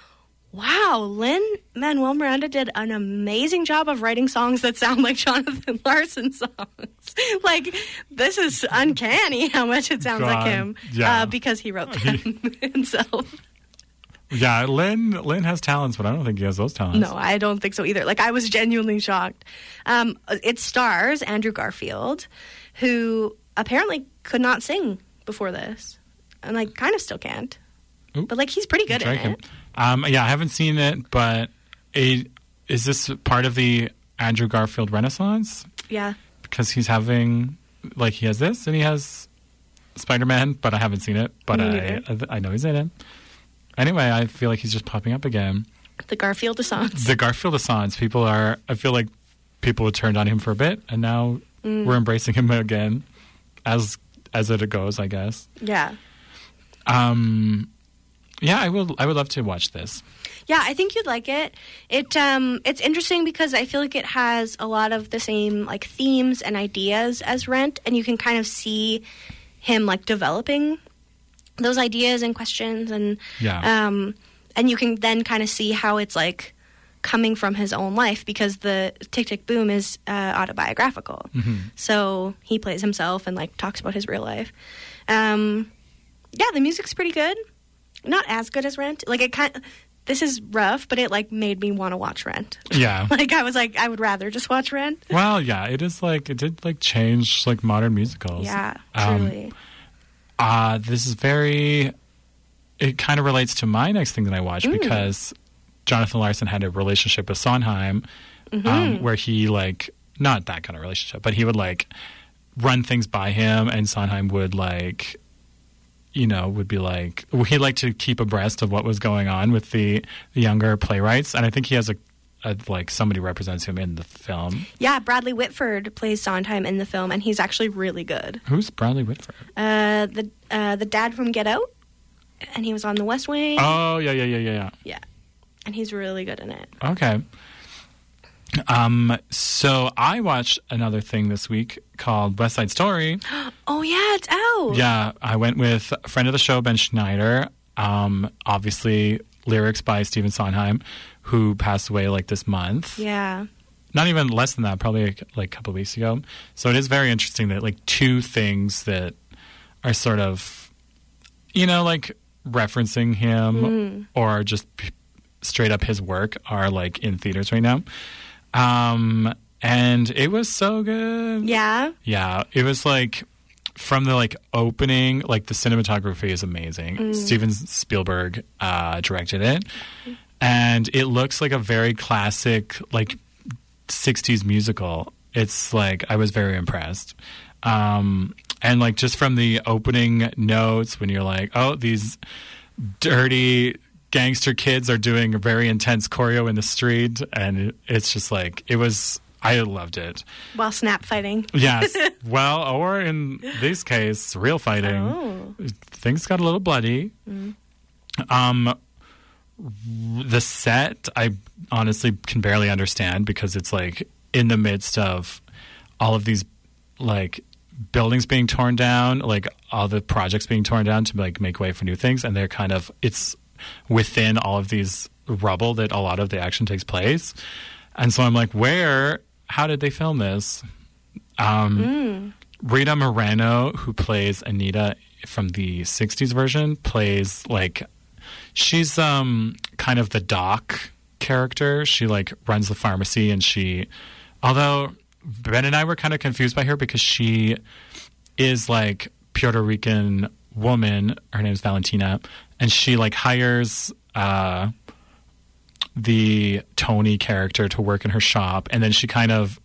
wow, Lynn Manuel Miranda did an amazing job of writing songs that sound like Jonathan Larson songs. like, this is uncanny how much it sounds
God,
like him
yeah.
uh, because he wrote them himself.
Yeah. Lynn. Lynn has talents, but I don't think he has those talents.
No, I don't think so either. Like I was genuinely shocked. Um, it stars Andrew Garfield, who apparently could not sing before this, and like kind of still can't.
Oop.
But like he's pretty good at
Drake him.
it.
Um, yeah, I haven't seen it, but it, is this part of the Andrew Garfield Renaissance?
Yeah.
Because he's having, like, he has this and he has Spider Man, but I haven't seen it, but
Me
I, I, I know he's in it. Anyway, I feel like he's just popping up again.
The Garfield Assance.
The Garfield Assance, people are, I feel like people had turned on him for a bit, and now
Mm.
we're embracing him again as as it goes, I guess.
Yeah.
Um, yeah, I will. I would love to watch this.
Yeah, I think you'd like it. It um it's interesting because I feel like it has a lot of the same like themes and ideas as Rent and you can kind of see him like developing those ideas and questions and
Yeah.
um, and you can then kind of see how it's like coming from his own life because the Tick Tick Boom is uh, autobiographical, so he plays himself and like talks about his real life. Um, yeah, the music's pretty good, not as good as Rent. Like it kind. This is rough, but it like made me want to watch Rent.
Yeah.
Like I was like, I would rather just watch Rent.
Well, yeah, it is like it did like change like modern musicals.
Yeah,
Um,
truly.
Uh this is very it kind of relates to my next thing that I watched because Jonathan Larson had a relationship with Sondheim um, where he like not that kind of relationship, but he would like run things by him, and Sondheim would like, you know, would be like he liked to keep abreast of what was going on with the, the younger playwrights, and I think he has a, a like somebody represents him in the film.
Yeah, Bradley Whitford plays Sondheim in the film, and he's actually really good.
Who's Bradley Whitford?
Uh, the uh, the dad from Get Out, and he was on The West Wing.
Oh yeah yeah yeah yeah
Yeah, and he's really good in it.
yeah. Okay. Um. So I watched another thing this week called West Side Story.
Oh yeah, it's out.
Yeah, I went with a friend of the show, Ben Schneider. Um, obviously, lyrics by Stephen Sondheim, who passed away like this month.
Yeah.
Not even less than that, probably like, like a couple weeks ago. So it is very interesting that like two things that are sort of, you know, like referencing him or just p- straight up his work are like in theaters right now. Um, and it was so good.
Yeah.
Yeah, it was like from the like opening, like the cinematography is amazing. Steven Spielberg uh, directed it, and it looks like a very classic like '60s musical. It's like I was very impressed, um, and like just from the opening notes when you're like, oh, these dirty gangster kids are doing a very intense choreo in the street, and it's just like it was. I loved it.
While snap fighting.
Yes. well, or in this case, real fighting.
Oh.
Things got a little bloody. Um, the set, I honestly can barely understand because it's like in the midst of all of these like buildings being torn down, like all the projects being torn down to like make way for new things, and they're kind of it's within all of these rubble that a lot of the action takes place. And so I'm like, where? How did they film this? Rita Moreno, who plays Anita from the '60s version, plays like she's um kind of the doc character. She like runs the pharmacy, and she, although Ben and I were kind of confused by her because she is like Puerto Rican woman. Her name's Valentina, and she like hires uh the Tony character to work in her shop, and then she kind of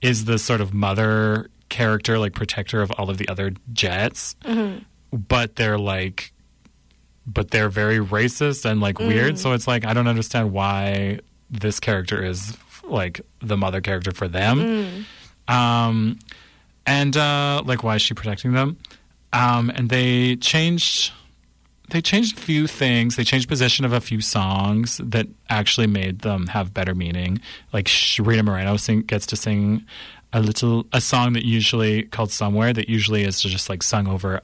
is the sort of mother character, like protector of all of the other jets. But they're like, but they're very racist and like weird. So it's like I don't understand why this character is like the mother character for them, um, and uh, like why is she protecting them? Um, and they changed they changed a few things. They changed position of a few songs that actually made them have better meaning. Like Sh- Rita Moreno sing, gets to sing a little a song that usually called "Somewhere" that usually is just like sung over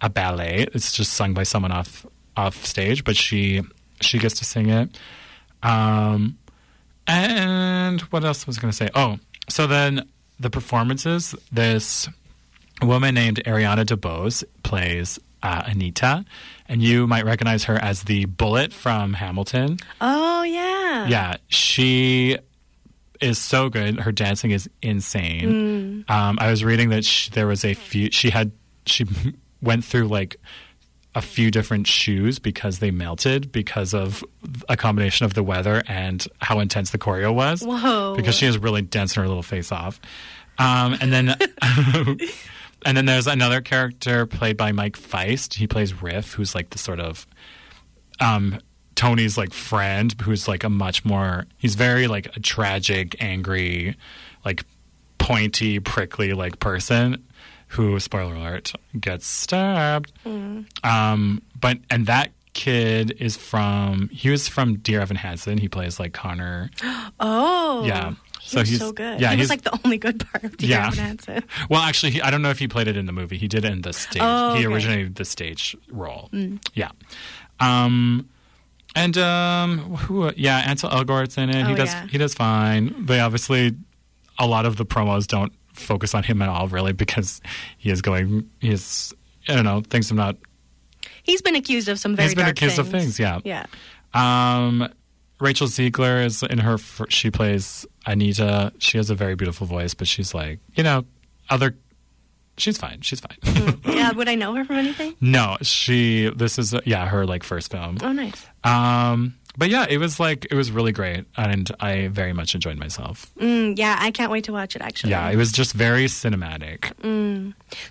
a ballet. It's just sung by someone off off stage, but she she gets to sing it. Um, and what else was I going to say? Oh, so then the performances. This woman named Ariana DeBose plays uh, Anita, and you might recognize her as the Bullet from Hamilton.
Oh yeah.
Yeah, she is so good. Her dancing is insane. Um, I was reading that sh there was a few. She had she went through like a few different shoes because they melted because of a combination of the weather and how intense the choreo was.
Whoa.
Because she is really dancing her little face off. Um, and then. And then there's another character played by Mike Feist. He plays Riff, who's like the sort of um, Tony's like friend, who's like a much more he's very like a tragic, angry, like pointy, prickly like person who, spoiler alert, gets stabbed. Um, but and that kid is from he was from Dear Evan Hansen. He plays like Connor.
Oh.
Yeah.
He
So
was
he's-
so good.
yeah,
he was
he's-
like the only good part of Dear
Yeah.
Evan Hansen.
Well, actually, he, I don't know if he played it in the movie. He did it in the stage.
Oh,
He
okay. Mm.
originated the stage role. Yeah. Um, and um, who? Yeah, Ansel Elgort's in it. he
Oh,
does.
yeah.
He does fine. They obviously, a lot of the promos don't focus on him at all, really, because he is going. He is. I don't know. Things have not.
He's been accused of some very
he's been
dark
accused
things.
of things. Yeah.
Yeah.
Um, Rachel Ziegler is in her. fir- She plays Anita. She has a very beautiful voice, but she's like, you know, other. She's fine. She's fine.
yeah. Would I know her from anything?
no, she. This is yeah, her like first film.
Oh, nice.
Um, but yeah, it was like it was really great, and I very much enjoyed myself.
Mm, yeah, I can't wait to watch it actually.
Yeah, it was just very cinematic.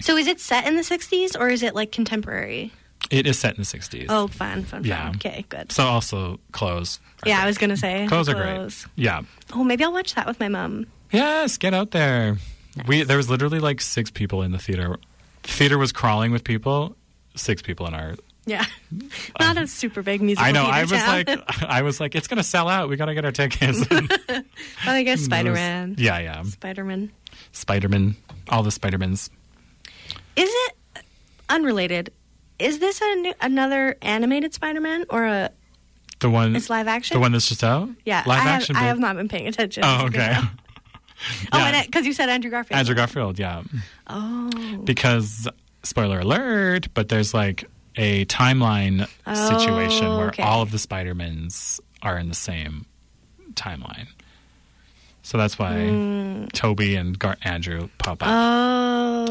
So is it set in the 60s or is it like contemporary?
It is set in the sixties,
Oh, fun, fun, fun.
Yeah.
Okay, good.
so also clothes. are
yeah,
great.
I was going to say.
clothes are
clothes.
great. Yeah,
Oh, maybe I'll watch that with my mom.
yes, get out there. We there was literally like six people in the theater. Theater was crawling with people. Six people in our.
Yeah. Not a super big musical
Um, I know. I was
theater town.
like, I was like, it's gonna sell out. We gotta get our tickets.
well, I guess Spider-Man.
mm, Yeah, yeah.
Spider-Man.
Spider-Man. All the Spider-Mans.
Is it uh, unrelated? Is this a new, another animated Spider-Man or a
The one.
it's live action?
Mm. The one that's just out.
yeah,
Live
I have,
action.
I
babe.
have not been paying attention.
Oh, okay.
Oh,
Yeah.
and because you said Andrew Garfield.
Andrew Garfield. Yeah.
Oh.
because spoiler alert, but there's like a timeline
Oh,
situation where
okay.
all of the Spider-Mans are in the same timeline. So that's why Toby and Gar- Andrew pop up.
Hmm.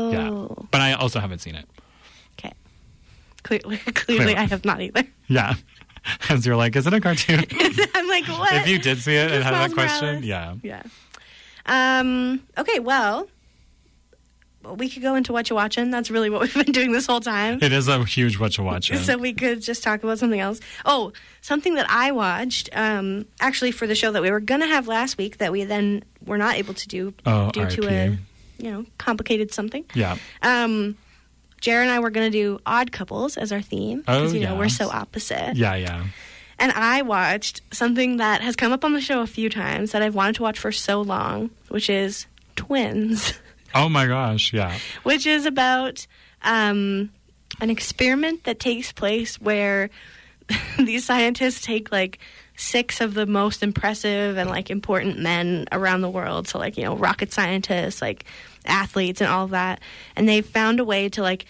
Oh.
Yeah. But I also haven't seen it.
Okay. Clearly, clearly, I have not either.
Yeah. As you're like, is it a cartoon?
I'm like, what?
if you did see it and
Just
had that
Miles
question,
Morales.
yeah.
Yeah. Um, okay, well, we could go into what you're watching. That's really what we've been doing this whole time.
It is a huge what you watch.
So we could just talk about something else. Oh, something that I watched um, actually for the show that we were going to have last week that we then were not able to do
Oh,
due to
RIP.
a you know complicated something.
yeah.
Um, Jared and I were going to do odd couples as our theme because
Oh,
you know we're
yes.
so opposite.
Yeah, yeah.
And I watched something that has come up on the show a few times that I've wanted to watch for so long, which is Twins,
Oh my gosh, yeah.
which is about um, an experiment that takes place where these scientists take like six of the most impressive and like important men around the world so like you know rocket scientists like athletes and all of that and they found a way to like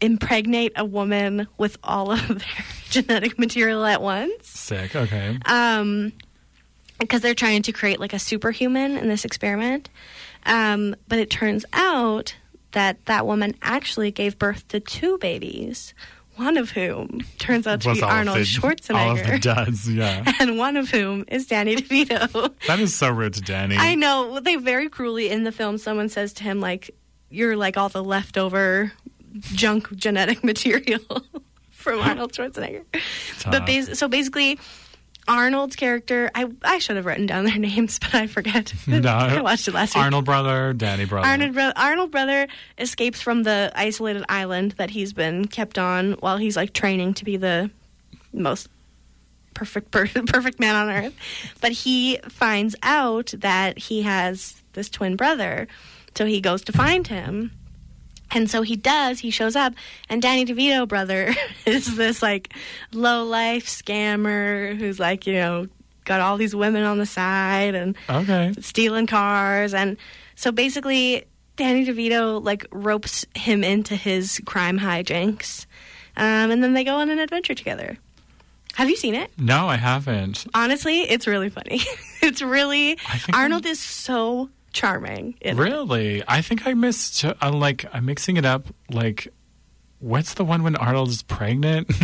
impregnate a woman with all of their genetic material at once
Sick. Okay.
um, because they're trying to create like a superhuman in this experiment. Um, but it turns out that that woman actually gave birth to two babies, one of whom turns out to
Was
be
all of
Arnold
the- All of the
Schwarzenegger,
duds, yeah.
and one of whom is Danny DeVito.
That is so rude to Danny.
I know well, they very cruelly in the film. Someone says to him like, "You're like all the leftover junk genetic material from Arnold Schwarzenegger." But
Tough.
bas- so basically, Arnold's character. I I should have written down their names, but I forget.
No.
I watched it last week.
Arnold brother, Danny brother.
Arnold, bro- Arnold brother escapes from the isolated island that he's been kept on while he's like training to be the most perfect per- perfect man on earth. But he finds out that he has this twin brother, so he goes to find him. And so he does. He shows up, and Danny DeVito brother is this like low life scammer who's like you know got all these women on the side and
Okay.
stealing cars and so basically Danny DeVito like ropes him into his crime hijinks. Um, and then they go on an adventure together. Have you seen it?
No, I haven't.
Honestly, it's really funny. it's really
I think
Arnold is so charming. in it.
Really? I think I missed. I'm like I'm mixing it up. Like, what's the one when Arnold is pregnant?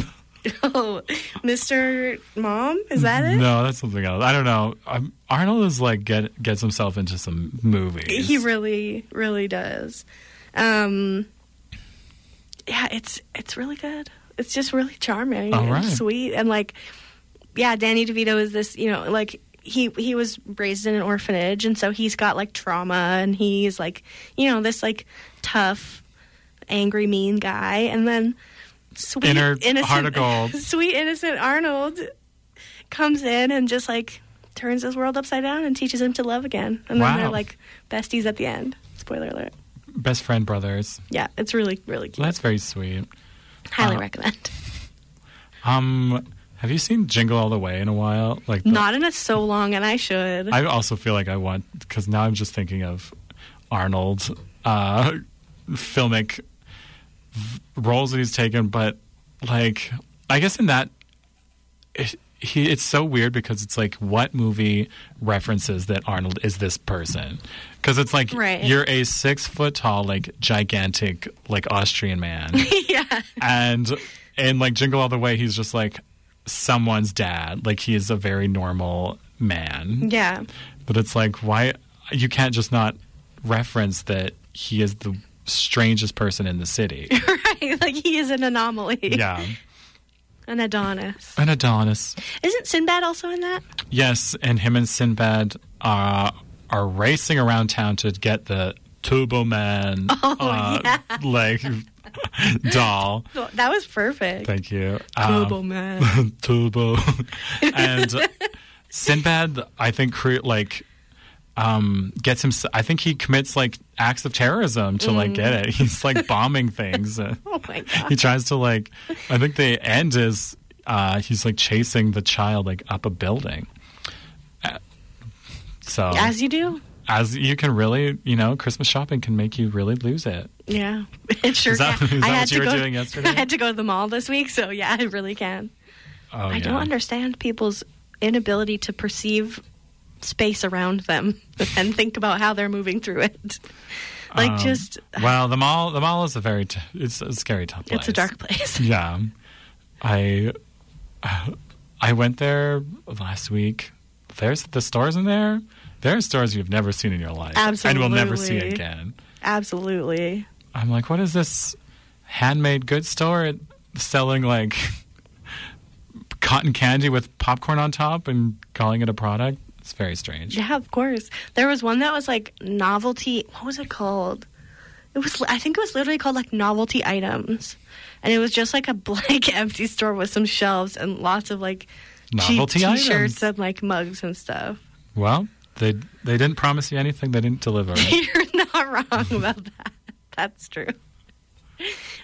Oh, Mr. Mom, is that it?
no, that's something else. I don't know. Um Arnold is like get gets himself into some movies.
He really, really does. Um, yeah, it's it's really good. It's just really charming
All
and
right.
sweet and like yeah, Danny DeVito is this, you know, like he he was raised in an orphanage and so he's got like trauma and he's like, you know, this like tough, angry, mean guy and then sweet
Inner
innocent
heart of gold.
sweet innocent Arnold comes in and just like turns his world upside down and teaches him to love again. And then
Wow.
they're like besties at the end. Spoiler alert.
best friend brothers.
Yeah, it's really, really cute.
That's very sweet.
Highly recommend.
Um, have you seen Jingle All the Way in a while? Like, the-
Not in a so long, and I should.
I also feel like I want because now I'm just thinking of Arnold uh, filmic v- roles that he's taken, but like I guess in that it, he it's so weird because it's like what movie references that Arnold is this person because it's like
Right.
you're a six foot tall like gigantic like Austrian man
yeah.
and and like jingle all the way he's just like someone's dad. Like he is a very normal man.
Yeah.
But it's like why you can't just not reference that he is the strangest person in the city.
right. Like he is an anomaly.
yeah.
An Adonis.
An Adonis.
Isn't Sinbad also in that?
Yes, and him and Sinbad are are racing around town to get the Turbo Man
Oh.
uh, like doll.
Well, That was perfect.
Thank you.
Turbo Man.
Um, Turbo. and uh, Sinbad, I think, cre- like um, gets him. I think he commits like acts of terrorism to like get
Mm.
it. He's like bombing things. Uh,
Oh my god.
he tries to like. I think the end is uh, he's like chasing the child like up a building. Uh, So
As you do.
as you can really, you know, Christmas shopping can make you really lose it.
Yeah. It sure
Is that-
can.
is that
I
what
had
you
to
were
go,
doing yesterday?
I had to go to the mall this week, so yeah, I really can.
Oh,
I don't understand people's inability to perceive space around them and think about how they're moving through it.
Um,
Like just
Well, the mall, the mall is a very, t- it's a scary tough place.
it's a dark place.
Yeah, I, uh, I went there last week. There's the stores in there. There are stores you've never seen in your life, and will never see
Absolutely.
again.
Absolutely.
I'm like, what is this handmade goods store selling like cotton candy with popcorn on top and calling it a product? It's very strange.
Yeah, of course. There was one that was like novelty. What was it called? It was. I think it was literally called like novelty items, and it was just like a blank empty store with some shelves and lots of like
Novelty
cheap
items.
t-shirts and like mugs and stuff.
Well, they they didn't promise you anything. They didn't deliver.
You're not wrong about that. That's true.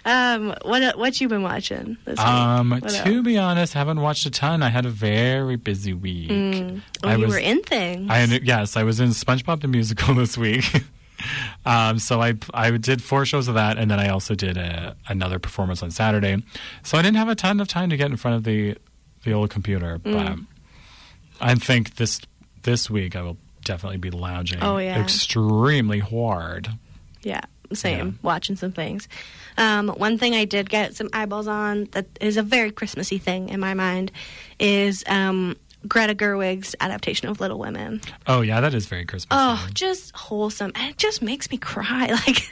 Um, what what you been watching this
Um,
week? What
to
else?
be honest, haven't watched a ton. I had a very busy week.
Oh,
I
you
was,
were in things.
I yes, I was in SpongeBob the musical this week. um, so I I did four shows of that, and then I also did a, another performance on Saturday. So I didn't have a ton of time to get in front of the the old computer,
Mm.
but I think this this week I will definitely be lounging.
Oh, yeah.
extremely hard.
Yeah, same. Watching some things. Um, one thing I did get some eyeballs on that is a very Christmassy thing in my mind is um, Greta Gerwig's adaptation of Little Women.
Oh yeah, that is very Christmas.
Oh, just wholesome. And it just makes me cry. Like,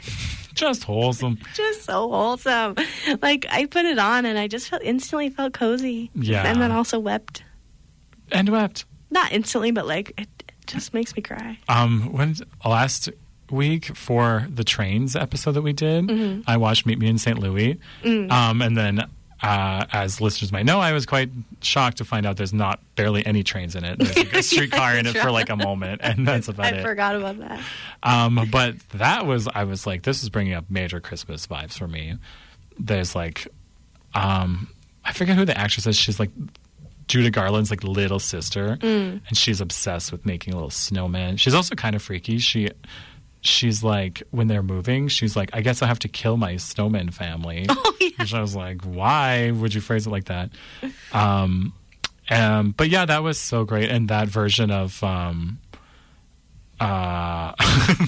Just wholesome.
just so wholesome. Like, I put it on and I just felt instantly felt cozy.
Yeah.
And then also wept.
and wept.
Not instantly, but like, it, it just makes me cry.
Um, when last week for the trains episode that we did, I watched Meet Me in St. Louis, um, and then uh, as listeners might know, I was quite shocked to find out there's not barely any trains in it. There's like a streetcar in it for like a moment, and that's about
I
it.
forgot about that.
Um, but that was I was like, this is bringing up major Christmas vibes for me. There's like, um, I forget who the actress is. She's like Judah Garland's like little sister, and she's obsessed with making little snowmen. She's also kind of freaky. She she's like when they're moving, she's like, I guess I have to kill my snowman family.
Oh, yeah.
Which I was like, why would you phrase it like that? Um, um, but yeah, that was so great, and that version of um, uh.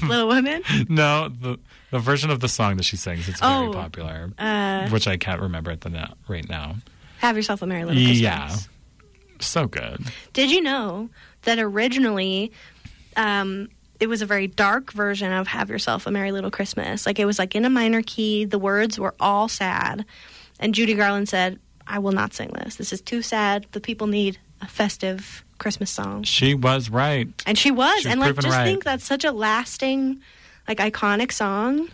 Little Women?
No, the the version of the song that she sings it's very
Oh.
popular,
Uh,
which I can't remember at the na- right now.
have yourself a Merry Little Christmas.
Yeah, so good.
Did you know that originally um, it was a very dark version of Have Yourself a Merry Little Christmas? Like it was like in a minor key, the words were all sad. And Judy Garland said, I will not sing this. This is too sad. The people need a festive Christmas song.
She was right.
And she was.
She was
and like
proven
just
right.
think that's such a lasting, like iconic song.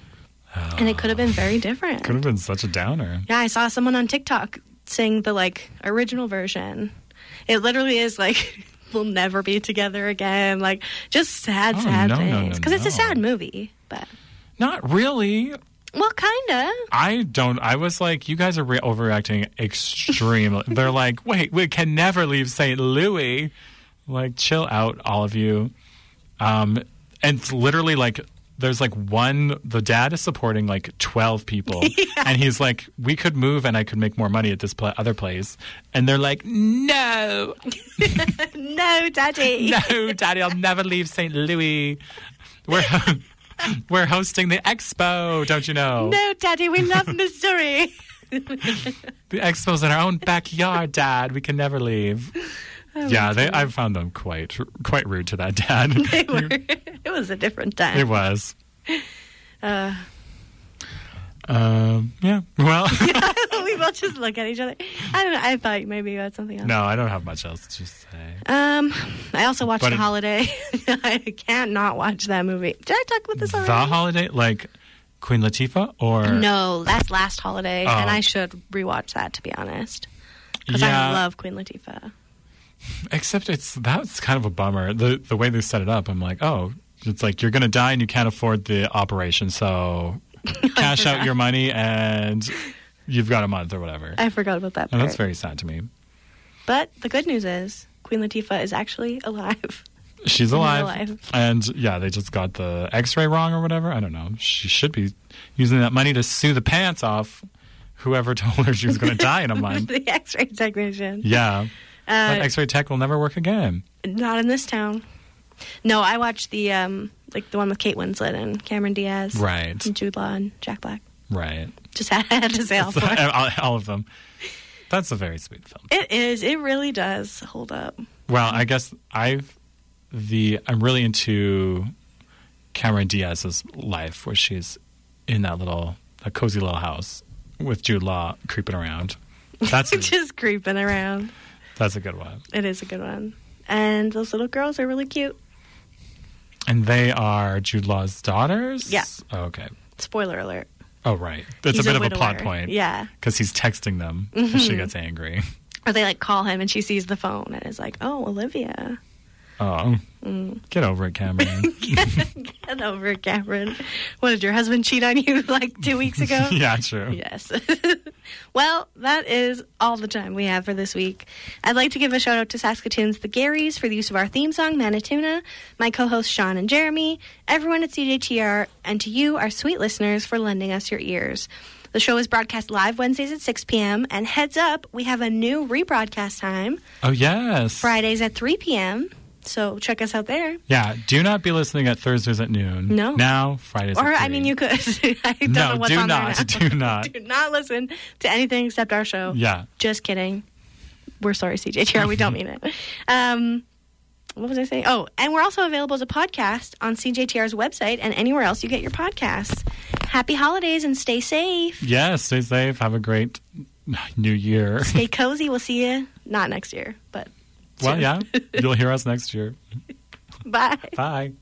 and it could have been very different.
Could have been such a downer.
Yeah, I saw someone on TikTok sing the like original version. It literally is like we'll never be together again. Like just sad,
Oh,
sad
no, no, no,
things. Because it's a
no.
sad movie, but
Not really.
well, kinda.
I don't. I was like, you guys are re- overreacting extremely. They're like, wait, we can never leave St. Louis. Like, chill out, all of you. Um, and it's literally like, there's like one, the dad is supporting like 12 people. And he's like, we could move and I could make more money at this pla other place. And they're like, no,
No, Daddy.
no, daddy, I'll never leave St. Louis. We're, we're hosting the expo, don't you know?
No, Daddy, we love Missouri.
The expo's in our own backyard, Dad. We can never leave.
Oh,
yeah, they, I found them quite quite rude to that dad.
They were. it was a different
it
time.
was.
Uh,
Um, yeah. Well,
we both just look at each other. I don't know. I thought maybe you had something else.
no, I don't have much else to say.
Um, I also watched
But
The
it-
Holiday. I can't not watch that movie. Did I talk about this
The
already?
holiday, like Queen Latifah, or
No, that's last holiday,
Oh.
and I should rewatch that to be honest. Because
yeah,
I love Queen Latifah.
except it's that's kind of a bummer. The the way they set it up, I'm like, oh, it's like you're gonna die and you can't afford the operation, so cash out your money and you've got a month or whatever.
I forgot about that
And
part.
Oh, that's very sad to me.
but the good news is Queen Latifah is actually alive.
She's
real
alive,
life.
and yeah, they just got the X-ray wrong or whatever. I don't know. She should be using that money to sue the pants off whoever told her she was going to die in a month.
the X-ray technician.
Yeah, that
Uh,
X-ray tech will never work again.
not in this town. No, I watched the um like the one with Kate Winslet and Cameron Diaz,
Right,
and Jude Law and Jack Black.
right.
Just had, had to say all four.
all, all of them. That's a very sweet film.
It is. It really does hold up.
Well, I guess I've the I'm really into Cameron Diaz's life where she's in that little that cozy little house with Jude Law creeping around. That's a,
Just creeping around.
that's a good one.
It is a good one. And those little girls are really cute.
And they are Jude Law's daughters?
Yeah.
Oh, okay.
Spoiler alert.
Oh, right. That's
He's
a bit of a
widower.
plot point.
Yeah. Mm-hmm.
Because he's texting them and she gets angry.
Or they like call him and she sees the phone and is like, oh, Olivia.
Oh.
Mm.
Get over it, Cameron.
Get over it, Cameron. What did your husband cheat on you like two weeks ago?
yeah, true.
Yes. well, that is all the time we have for this week. I'd like to give a shout out to Saskatoon's The Garys for the use of our theme song, Manitouna, my co hosts Sean and Jeremy, everyone at CJTR, and to you, our sweet listeners, for lending us your ears. The show is broadcast live Wednesdays at 6 p.m. And heads up, we have a new rebroadcast time
Oh, yes.
Fridays at 3 p.m. So check us out there.
Yeah. Do not be listening at Thursdays at noon.
No.
Now, Fridays at
Or, I
three.
mean, you could. I don't
No,
know what's
do
on
not,
there now.
do not.
do not listen to anything except our show.
Yeah.
Just kidding. We're sorry, CJTR. We don't mean it. Um, what was I saying? Oh, and we're also available as a podcast on CJTR's website and anywhere else you get your podcasts. Happy holidays and stay safe.
Yeah. Stay safe. Have a great new year.
Stay cozy. We'll see you not next year, but
well, yeah. You'll hear us next year.
bye.
Bye.